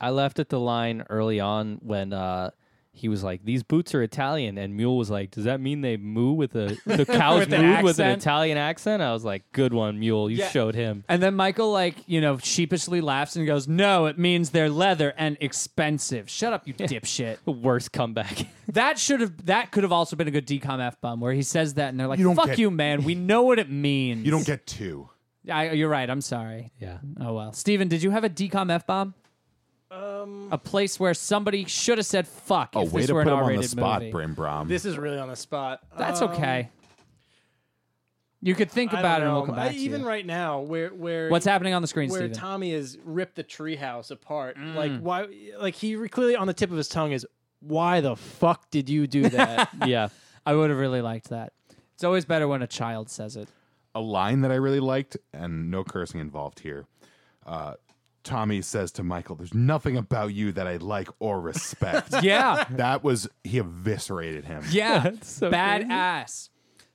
Speaker 1: I left at the line early on when uh, he was like, "These boots are Italian," and Mule was like, "Does that mean they moo with
Speaker 3: [laughs]
Speaker 1: a the cows
Speaker 3: With
Speaker 1: moo
Speaker 3: an
Speaker 1: with an
Speaker 3: accent?
Speaker 1: Italian accent?" I was like, "Good one, Mule. You
Speaker 3: Yeah.
Speaker 1: showed him."
Speaker 3: And then Michael, like, you know, sheepishly laughs and goes, No, it means they're leather and expensive. Shut up, you dipshit.
Speaker 1: The worst comeback.
Speaker 3: That should have that could have also been a good decom f bomb where he says that and they're like,
Speaker 2: You don't
Speaker 3: "Fuck
Speaker 2: get-
Speaker 3: you, man.
Speaker 2: [laughs]
Speaker 3: We know what it means."
Speaker 2: You don't get two.
Speaker 3: I, you're right. I'm sorry.
Speaker 1: yeah.
Speaker 3: Oh well, Steven, did you have a decom f bomb? Um, a place where somebody should have said "fuck"
Speaker 2: Oh,
Speaker 3: if
Speaker 2: way
Speaker 3: this
Speaker 2: to
Speaker 3: were
Speaker 2: put him
Speaker 3: an
Speaker 2: on
Speaker 3: R-rated
Speaker 2: the spot,
Speaker 3: movie.
Speaker 2: Brim Brom.
Speaker 4: This is really on the spot.
Speaker 3: That's
Speaker 4: Um,
Speaker 3: okay. You could think
Speaker 4: I
Speaker 3: about it,
Speaker 4: don't
Speaker 3: and we'll
Speaker 4: know.
Speaker 3: come back
Speaker 4: I-
Speaker 3: to
Speaker 4: even
Speaker 3: you.
Speaker 4: right now, where where
Speaker 3: What's happening on the screen,
Speaker 4: where
Speaker 3: Steven? Mm.
Speaker 4: Tommy has ripped the treehouse apart. Like why? Like he re- clearly on the tip of his tongue is why the fuck did you do
Speaker 3: [laughs]
Speaker 4: that?
Speaker 1: [laughs] yeah.
Speaker 3: I would have really liked that. It's always better when a child says it.
Speaker 2: a line that I really liked, and no cursing involved here. Uh, Tommy says to Michael, "There's nothing about you that I like or respect."
Speaker 3: [laughs] Yeah.
Speaker 2: that was he eviscerated him.
Speaker 3: [laughs] Yeah,
Speaker 1: so
Speaker 3: badass.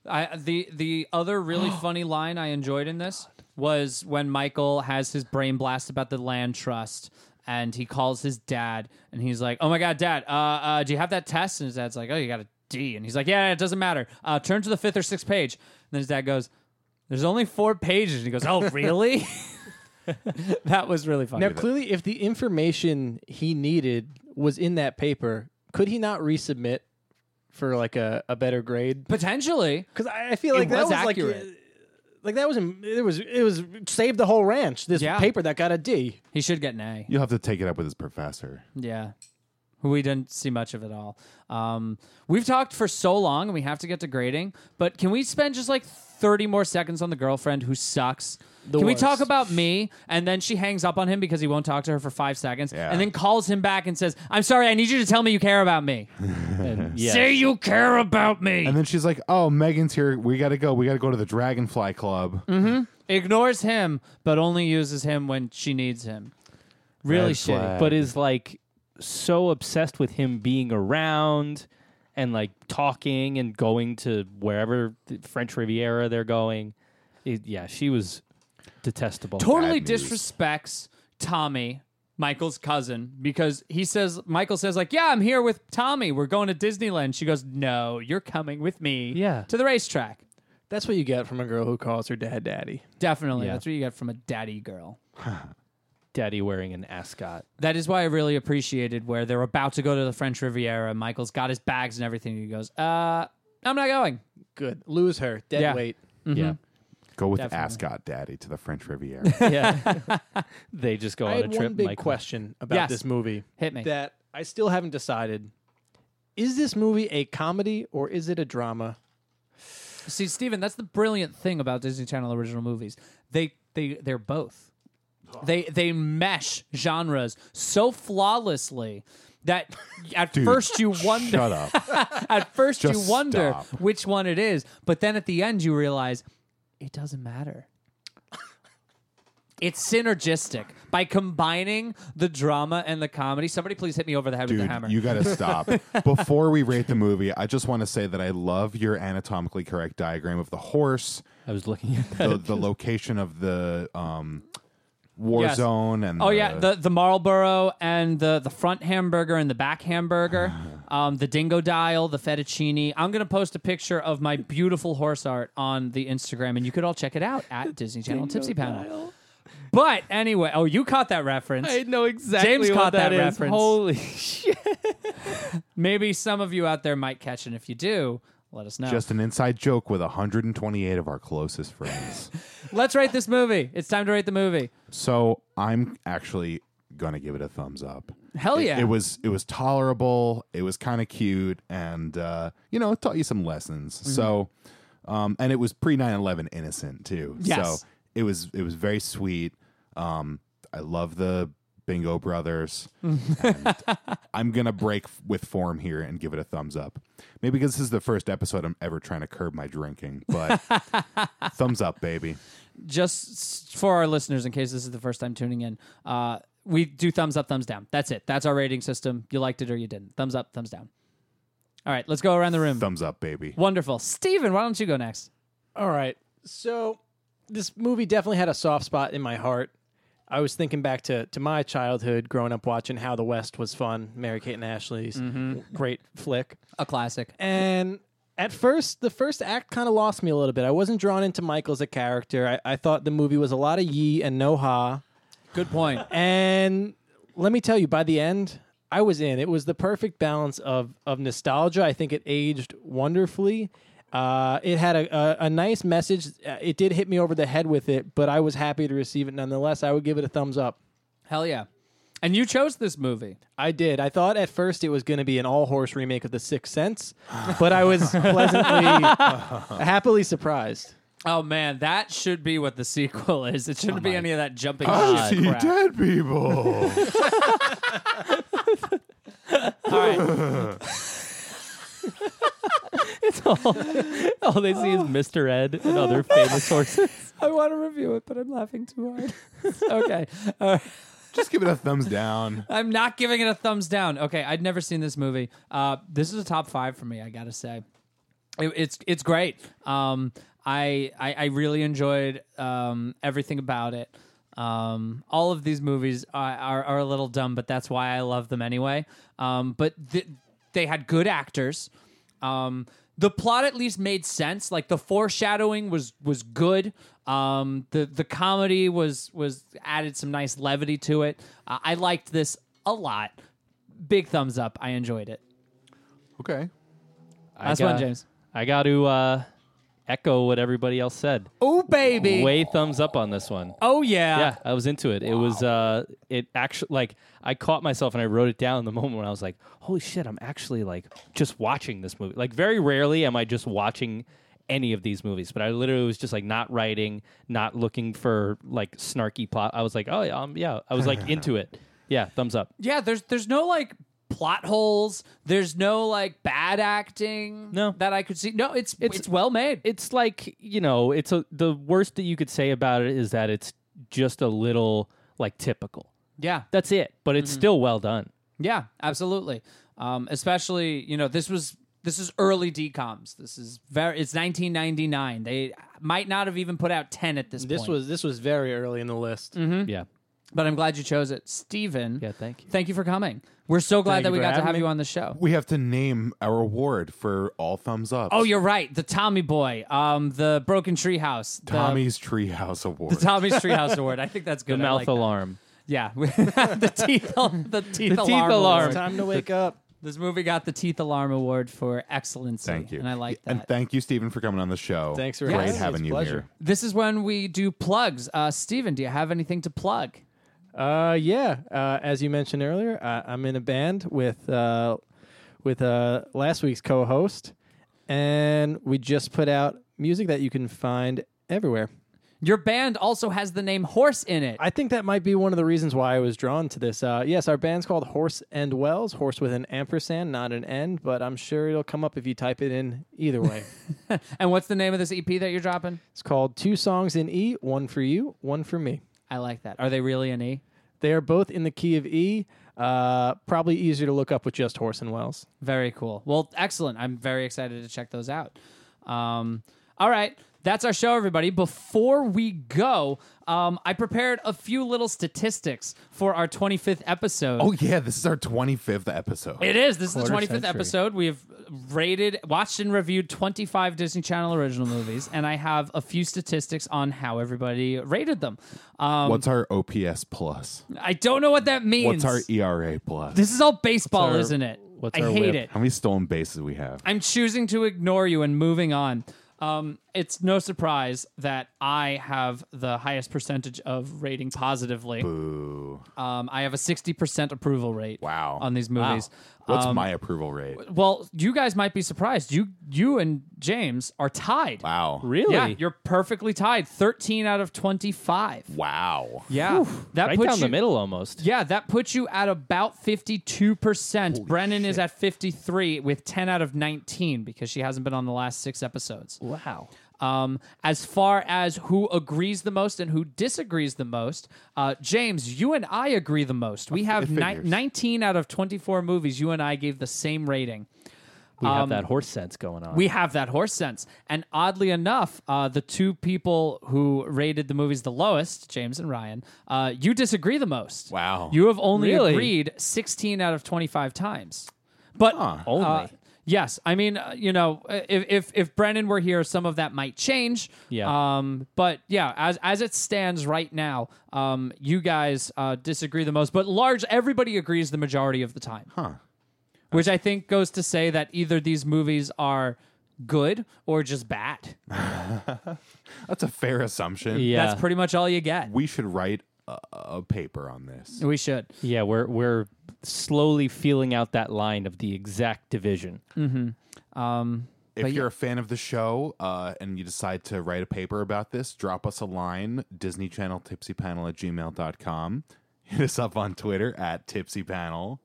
Speaker 3: I, the the other really funny line I enjoyed in this was when Michael has his brain blast about the land trust, and he calls his dad, and he's like, "Oh my god, dad, uh, uh, do you have that test?" And his dad's like, "Oh, you got a D," and he's like, "Yeah, it doesn't matter. Uh, turn to the fifth or sixth page." And then his dad goes, "There's only four pages," and he goes, "Oh, really?" [laughs] that was really funny.
Speaker 4: now, clearly, if the information he needed was in that paper, could he not resubmit for like a, a better grade?
Speaker 3: Potentially,
Speaker 4: Because I, I feel like
Speaker 3: was
Speaker 4: that was like. uh,
Speaker 3: accurate.
Speaker 4: Like that was um, it was it was saved the whole ranch. This
Speaker 3: Yeah.
Speaker 4: paper that got a D.
Speaker 3: he should get an A.
Speaker 2: You'll have to take it up with his professor.
Speaker 3: Yeah. Who we didn't see much of at all. Um, we've talked for so long and we have to get to grading, but can we spend just like 30 more seconds on the girlfriend who sucks?
Speaker 4: The
Speaker 3: can we talk
Speaker 4: worst.
Speaker 3: about me? And then she hangs up on him because he won't talk to her for five seconds
Speaker 2: Yeah.
Speaker 3: and then calls him back and says, I'm sorry, I need you to tell me you care about me.
Speaker 1: And yeah.
Speaker 3: Say you care about me.
Speaker 2: And then she's like, "Oh, Megan's here. We got to go. We got to go to the Dragonfly Club."
Speaker 3: Mm. Ignores him, but only uses him when she needs him. Really
Speaker 2: Red
Speaker 3: shitty.
Speaker 2: flag.
Speaker 1: but is like so obsessed with him being around and like talking and going to wherever the French Riviera they're going. It- yeah, she was detestable.
Speaker 3: totally
Speaker 2: Bad news.
Speaker 3: disrespects Tommy, Michael's cousin, because he says Michael says like, "Yeah, I'm here with Tommy. We're going to Disneyland." She goes, "No, you're coming with me."
Speaker 1: Yeah.
Speaker 3: to the racetrack.
Speaker 4: That's what you get from a girl who calls her dad daddy.
Speaker 3: Definitely,
Speaker 1: Yeah.
Speaker 3: that's what you get from a daddy girl.
Speaker 1: Daddy wearing an ascot.
Speaker 3: That is why I really appreciated where they're about to go to the French Riviera. Michael's got his bags and everything. And he goes, "Uh, I'm not going."
Speaker 4: Good. Lose her. Dead
Speaker 3: Yeah.
Speaker 4: weight.
Speaker 1: Yeah.
Speaker 2: Go with
Speaker 3: Definitely.
Speaker 2: Ascot Daddy to the French
Speaker 3: [laughs]
Speaker 2: Riviera.
Speaker 1: Yeah. [laughs] they just go
Speaker 4: I
Speaker 1: on
Speaker 4: had
Speaker 1: a trip.
Speaker 4: one big
Speaker 1: Michael.
Speaker 4: question about
Speaker 3: Yes.
Speaker 4: this movie
Speaker 3: Hit me.
Speaker 4: that I still haven't decided. Is this movie a comedy or is it a drama?
Speaker 3: See, Steven, that's the brilliant thing about Disney Channel original movies. They they they're both. They they mesh genres so flawlessly
Speaker 2: [laughs]
Speaker 3: that at first you wonder
Speaker 2: Shut up.
Speaker 3: [laughs] at first you
Speaker 2: Just
Speaker 3: wonder
Speaker 2: stop.
Speaker 3: which one it is, but then at the end you realize it doesn't matter. It's synergistic by combining the drama and the comedy. Somebody please hit me over the head with
Speaker 2: Dude,
Speaker 3: the hammer.
Speaker 2: you got to
Speaker 3: [laughs]
Speaker 2: stop. Before we rate the movie, I just want to say that I love your anatomically correct diagram of the horse,
Speaker 1: I was looking at that.
Speaker 3: [laughs]
Speaker 2: the, the location of the um, war
Speaker 3: Yes.
Speaker 2: zone, and
Speaker 3: Oh yeah, the the Marlboro and the the front hamburger and the
Speaker 2: [laughs]
Speaker 3: back hamburger, um, the dingo dial, the fettuccine. I'm gonna post a picture of my beautiful horse art on the Instagram, and you could all check it out at Disney Channel Tipsy Panel. But anyway, oh, you caught that reference.
Speaker 1: I know exactly
Speaker 3: James
Speaker 1: what
Speaker 3: caught that
Speaker 1: is.
Speaker 3: reference.
Speaker 1: Holy shit.
Speaker 3: Maybe some of you out there might catch it. If you do, let us know.
Speaker 2: just an inside joke with 128 of our closest friends.
Speaker 3: Let's rate this movie. It's time to rate the movie.
Speaker 2: so I'm actually gonna give it a thumbs up. It-
Speaker 3: Hell Oh, yeah!
Speaker 2: It, was it was tolerable. It was kind of cute, and uh, you know, it taught you some lessons.
Speaker 3: Mm-hmm.
Speaker 2: So, um, and it was pre 9-11 innocent too.
Speaker 3: Yes.
Speaker 2: So it was it was very sweet. Um, I love the Bingo Brothers.
Speaker 3: [laughs]
Speaker 2: and I'm gonna break f- with form here and give it a thumbs up. Maybe because this is the first episode I'm ever trying to curb my drinking, but
Speaker 3: [laughs]
Speaker 2: thumbs up, baby.
Speaker 3: just s- for our listeners, in case this is the first time tuning in, uh, we do thumbs up, thumbs down. That's it. That's our rating system. You liked it or you didn't. Thumbs up, thumbs down. All right, let's go around the room.
Speaker 2: Thumbs up, baby.
Speaker 3: Wonderful. Steven, why don't you go next?
Speaker 4: All right. So this movie definitely had a soft spot in my heart. I was thinking back to, to my childhood growing up watching How the West was fun, Mary Kate and Ashley's great flick.
Speaker 3: A classic.
Speaker 4: And at first, the first act kind of lost me a little bit. I wasn't drawn into Michael as a character. I, I thought the movie was a lot of ye and no ha.
Speaker 3: Good point.
Speaker 4: And let me tell you, by the end, I was in. It was the perfect balance of of nostalgia. I think it aged wonderfully. Uh, it had a, a, a nice message. Uh, It did hit me over the head with it, but I was happy to receive it nonetheless. I would give it a thumbs up.
Speaker 3: Hell yeah. And you chose this movie.
Speaker 4: I did. I thought at first it was going to be an all horse remake of The Sixth Sense, but I was pleasantly, happily surprised.
Speaker 3: Oh man, that should be what the sequel is. It shouldn't be any of that jumping
Speaker 2: I
Speaker 3: shit
Speaker 2: see
Speaker 3: crap.
Speaker 2: dead people.
Speaker 3: All right.
Speaker 1: It's all, [laughs] all they see is Mr. Ed and other famous horses.
Speaker 3: I want to review it, but I'm laughing too hard. [laughs] okay. [laughs] All right.
Speaker 2: [laughs] Just give it a thumbs down.
Speaker 3: [laughs] I'm not giving it a thumbs down. Okay, I'd never seen this movie. Uh, this is a top five for me. I gotta say, It- it's it's great. Um, I, I I really enjoyed um, everything about it. Um, all of these movies are, are are a little dumb, but that's why I love them anyway. Um, but th- they had good actors. Um, the plot at least made sense. Like the foreshadowing was was good. Um, the the comedy was was added some nice levity to it. Uh, I liked this a lot. Big thumbs up. I enjoyed it.
Speaker 2: Okay.
Speaker 1: I
Speaker 3: Last
Speaker 1: got-
Speaker 3: one, James.
Speaker 1: I got to uh, echo what everybody else said.
Speaker 3: Oh baby.
Speaker 1: Way thumbs up on this one.
Speaker 3: Oh yeah.
Speaker 1: Yeah, I was into it. It was uh it actually like I caught myself and I wrote it down in the moment when I was like, "Holy shit, I'm actually like just watching this movie." Like very rarely am I just watching any of these movies, but I literally was just like not writing, not looking for like snarky plot. I was like, "Oh yeah, um, yeah." I was like into
Speaker 3: [laughs]
Speaker 1: it. Yeah, thumbs up.
Speaker 3: Yeah, there's there's no like plot holes. There's no like bad acting.
Speaker 1: No.
Speaker 3: That I could see. No, it's it's, well made.
Speaker 1: It's like, you know, it's a the worst that you could say about it is that it's just a little like typical.
Speaker 3: yeah.
Speaker 1: That's it, but
Speaker 3: Mm-hmm.
Speaker 1: it's still well done.
Speaker 3: Yeah, absolutely. Um, especially, you know, this was this is early DComs. This is very it's 1999. They might not have even put out 10 at this,
Speaker 4: This
Speaker 3: point.
Speaker 4: was this was very early in the list.
Speaker 3: Mm-hmm.
Speaker 1: Yeah.
Speaker 3: but I'm glad you chose it, Steven.
Speaker 1: Yeah, thank you.
Speaker 3: Thank you for coming. We're so glad
Speaker 4: Thank
Speaker 3: that
Speaker 4: you
Speaker 3: we
Speaker 4: for
Speaker 3: got to
Speaker 4: having
Speaker 3: have
Speaker 4: me.
Speaker 3: you on the show.
Speaker 2: We have to name our award for all thumbs up.
Speaker 3: Oh, you're right. The Tommy Boy, um, the Broken Tree House, the [laughs]
Speaker 2: Tommy's Treehouse Award.
Speaker 3: Tommy's Treehouse Award. I think that's
Speaker 1: The
Speaker 3: good. I
Speaker 1: mouth
Speaker 3: like that.
Speaker 1: alarm.
Speaker 3: Yeah, [laughs] the teeth, al- the teeth
Speaker 1: The teeth
Speaker 3: alarm.
Speaker 1: alarm.
Speaker 3: award.
Speaker 4: Time to wake up.
Speaker 3: This movie got the teeth alarm award for excellency.
Speaker 2: thank you.
Speaker 3: and I like that.
Speaker 2: And thank you, Stephen, for coming on the show.
Speaker 4: Thanks for
Speaker 2: Great
Speaker 4: having me.
Speaker 2: having
Speaker 4: It's a
Speaker 2: you
Speaker 4: pleasure.
Speaker 2: here.
Speaker 3: This is when we do plugs. Uh, Steven, do you have anything to plug?
Speaker 4: Uh, yeah. Uh, as you mentioned earlier, uh, I'm in a band with uh, with uh, last week's co-host, and we just put out music that you can find everywhere.
Speaker 3: Your band also has the name Horse in it.
Speaker 4: I think that might be one of the reasons why I was drawn to this. Uh, yes, our band's called Horse and Wells, horse with an ampersand, not an end, but I'm sure it'll come up if you type it in either way.
Speaker 3: and what's the name of this EP that you're dropping?
Speaker 4: it's called Two Songs in E, one for you, one for me.
Speaker 3: I like that. Are they really an E?
Speaker 4: They are both in the key of E, uh, probably easier to look up with just Horse and Wells.
Speaker 3: Very cool. Well, excellent. I'm very excited to check those out. Um, all right. That's our show, everybody. Before we go, um, I prepared a few little statistics for our 25th episode.
Speaker 2: Oh, yeah. This is our 25th episode.
Speaker 3: It is. This is the
Speaker 4: Quarter
Speaker 3: 25th
Speaker 4: century.
Speaker 3: episode. We have rated, watched, and reviewed 25 Disney Channel original movies, and I have a few statistics on how everybody rated them. Um,
Speaker 2: What's our OPS plus?
Speaker 3: I don't know what that means.
Speaker 2: What's our e- ERA plus?
Speaker 3: this is all baseball,
Speaker 1: What's our-
Speaker 3: isn't it?
Speaker 1: what's
Speaker 3: I
Speaker 1: our
Speaker 3: hate
Speaker 1: whip?
Speaker 3: it.
Speaker 2: How many stolen bases do we have?
Speaker 3: I'm choosing to ignore you and moving on. Um, it's no surprise that I have the highest percentage of rating positively.
Speaker 2: Ooh.
Speaker 3: Um, I have a 60% approval rate.
Speaker 2: Wow.
Speaker 3: On these movies. Um,
Speaker 2: What's my approval rate?
Speaker 3: Well, you guys might be surprised. You you and James are tied.
Speaker 2: Wow.
Speaker 1: Really?
Speaker 3: Yeah, you're perfectly tied. 13 out of 25.
Speaker 2: Wow.
Speaker 3: Yeah. that
Speaker 1: right
Speaker 3: puts
Speaker 1: down
Speaker 3: you,
Speaker 1: the middle almost.
Speaker 3: Yeah, that puts you at about 52%. Brennan is at 53 with 10 out of 19 because she hasn't been on the last 6 episodes.
Speaker 1: Wow.
Speaker 3: Um, as far as who agrees the most and who disagrees the most, uh, James, you and I agree the most. We have ni-
Speaker 2: figures.
Speaker 3: 19 out of 24 movies you and I gave the same rating.
Speaker 1: We have that horse sense going on.
Speaker 3: um, We have that horse sense. And oddly enough, uh, the two people who rated the movies the lowest, James and Ryan, uh, you disagree the most.
Speaker 2: Wow.
Speaker 3: You have only
Speaker 1: Really?
Speaker 3: agreed 16 out of 25 times. But
Speaker 1: Only.
Speaker 3: uh, yes, I mean, uh, you know, if, if if Brennan were here, some of that might change.
Speaker 1: Yeah.
Speaker 3: Um. But yeah, as as it stands right now, um, you guys uh, disagree the most, but large everybody agrees the majority of the time. Huh. Which I think goes to say that either these movies are good or just bad.
Speaker 2: That's a fair assumption.
Speaker 1: yeah.
Speaker 3: That's pretty much all you get.
Speaker 2: We should write a, a paper on this.
Speaker 3: We should.
Speaker 1: yeah, we're we're slowly feeling out that line of the exact division.
Speaker 2: If you're a fan of the show uh, and you decide to write a paper about this, drop us a line, Disney [laughs] Channel Tipsy Panel at gmail.com. Hit us up on Twitter at Tipsy Panel.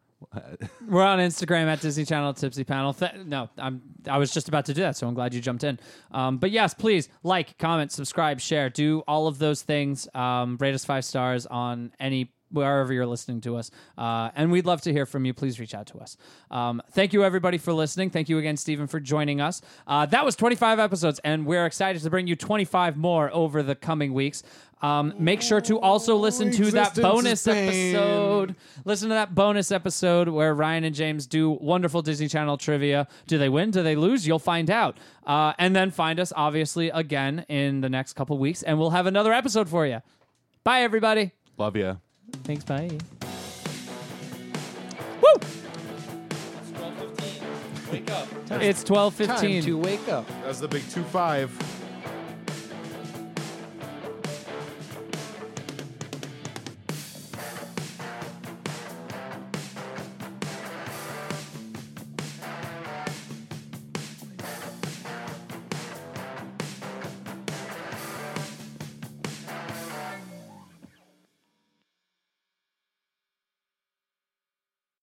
Speaker 3: We're on Instagram at Disney Channel Tipsy Panel. Th- no, I'm. I was just about to do that, so I'm glad you jumped in. Um, but yes, please like, comment, subscribe, share, do all of those things. Um, rate us five stars on any wherever you're listening to us, uh, and we'd love to hear from you. Please reach out to us. Um, thank you everybody for listening. Thank you again, Stephen, for joining us. Uh, that was 25 episodes, and we're excited to bring you 25 more over the coming weeks. Um, make sure to also listen to that
Speaker 2: Existence
Speaker 3: bonus
Speaker 2: is pain.
Speaker 3: episode. Listen to that bonus episode where Ryan and James do wonderful Disney Channel trivia. Do they win? Do they lose? You'll find out. Uh, and then find us, obviously, again in the next couple weeks, and we'll have another episode for you. Bye, everybody.
Speaker 2: [laughs] Love you.
Speaker 1: Thanks, bye.
Speaker 3: Woo! It's 12.15.
Speaker 2: That's the big two five.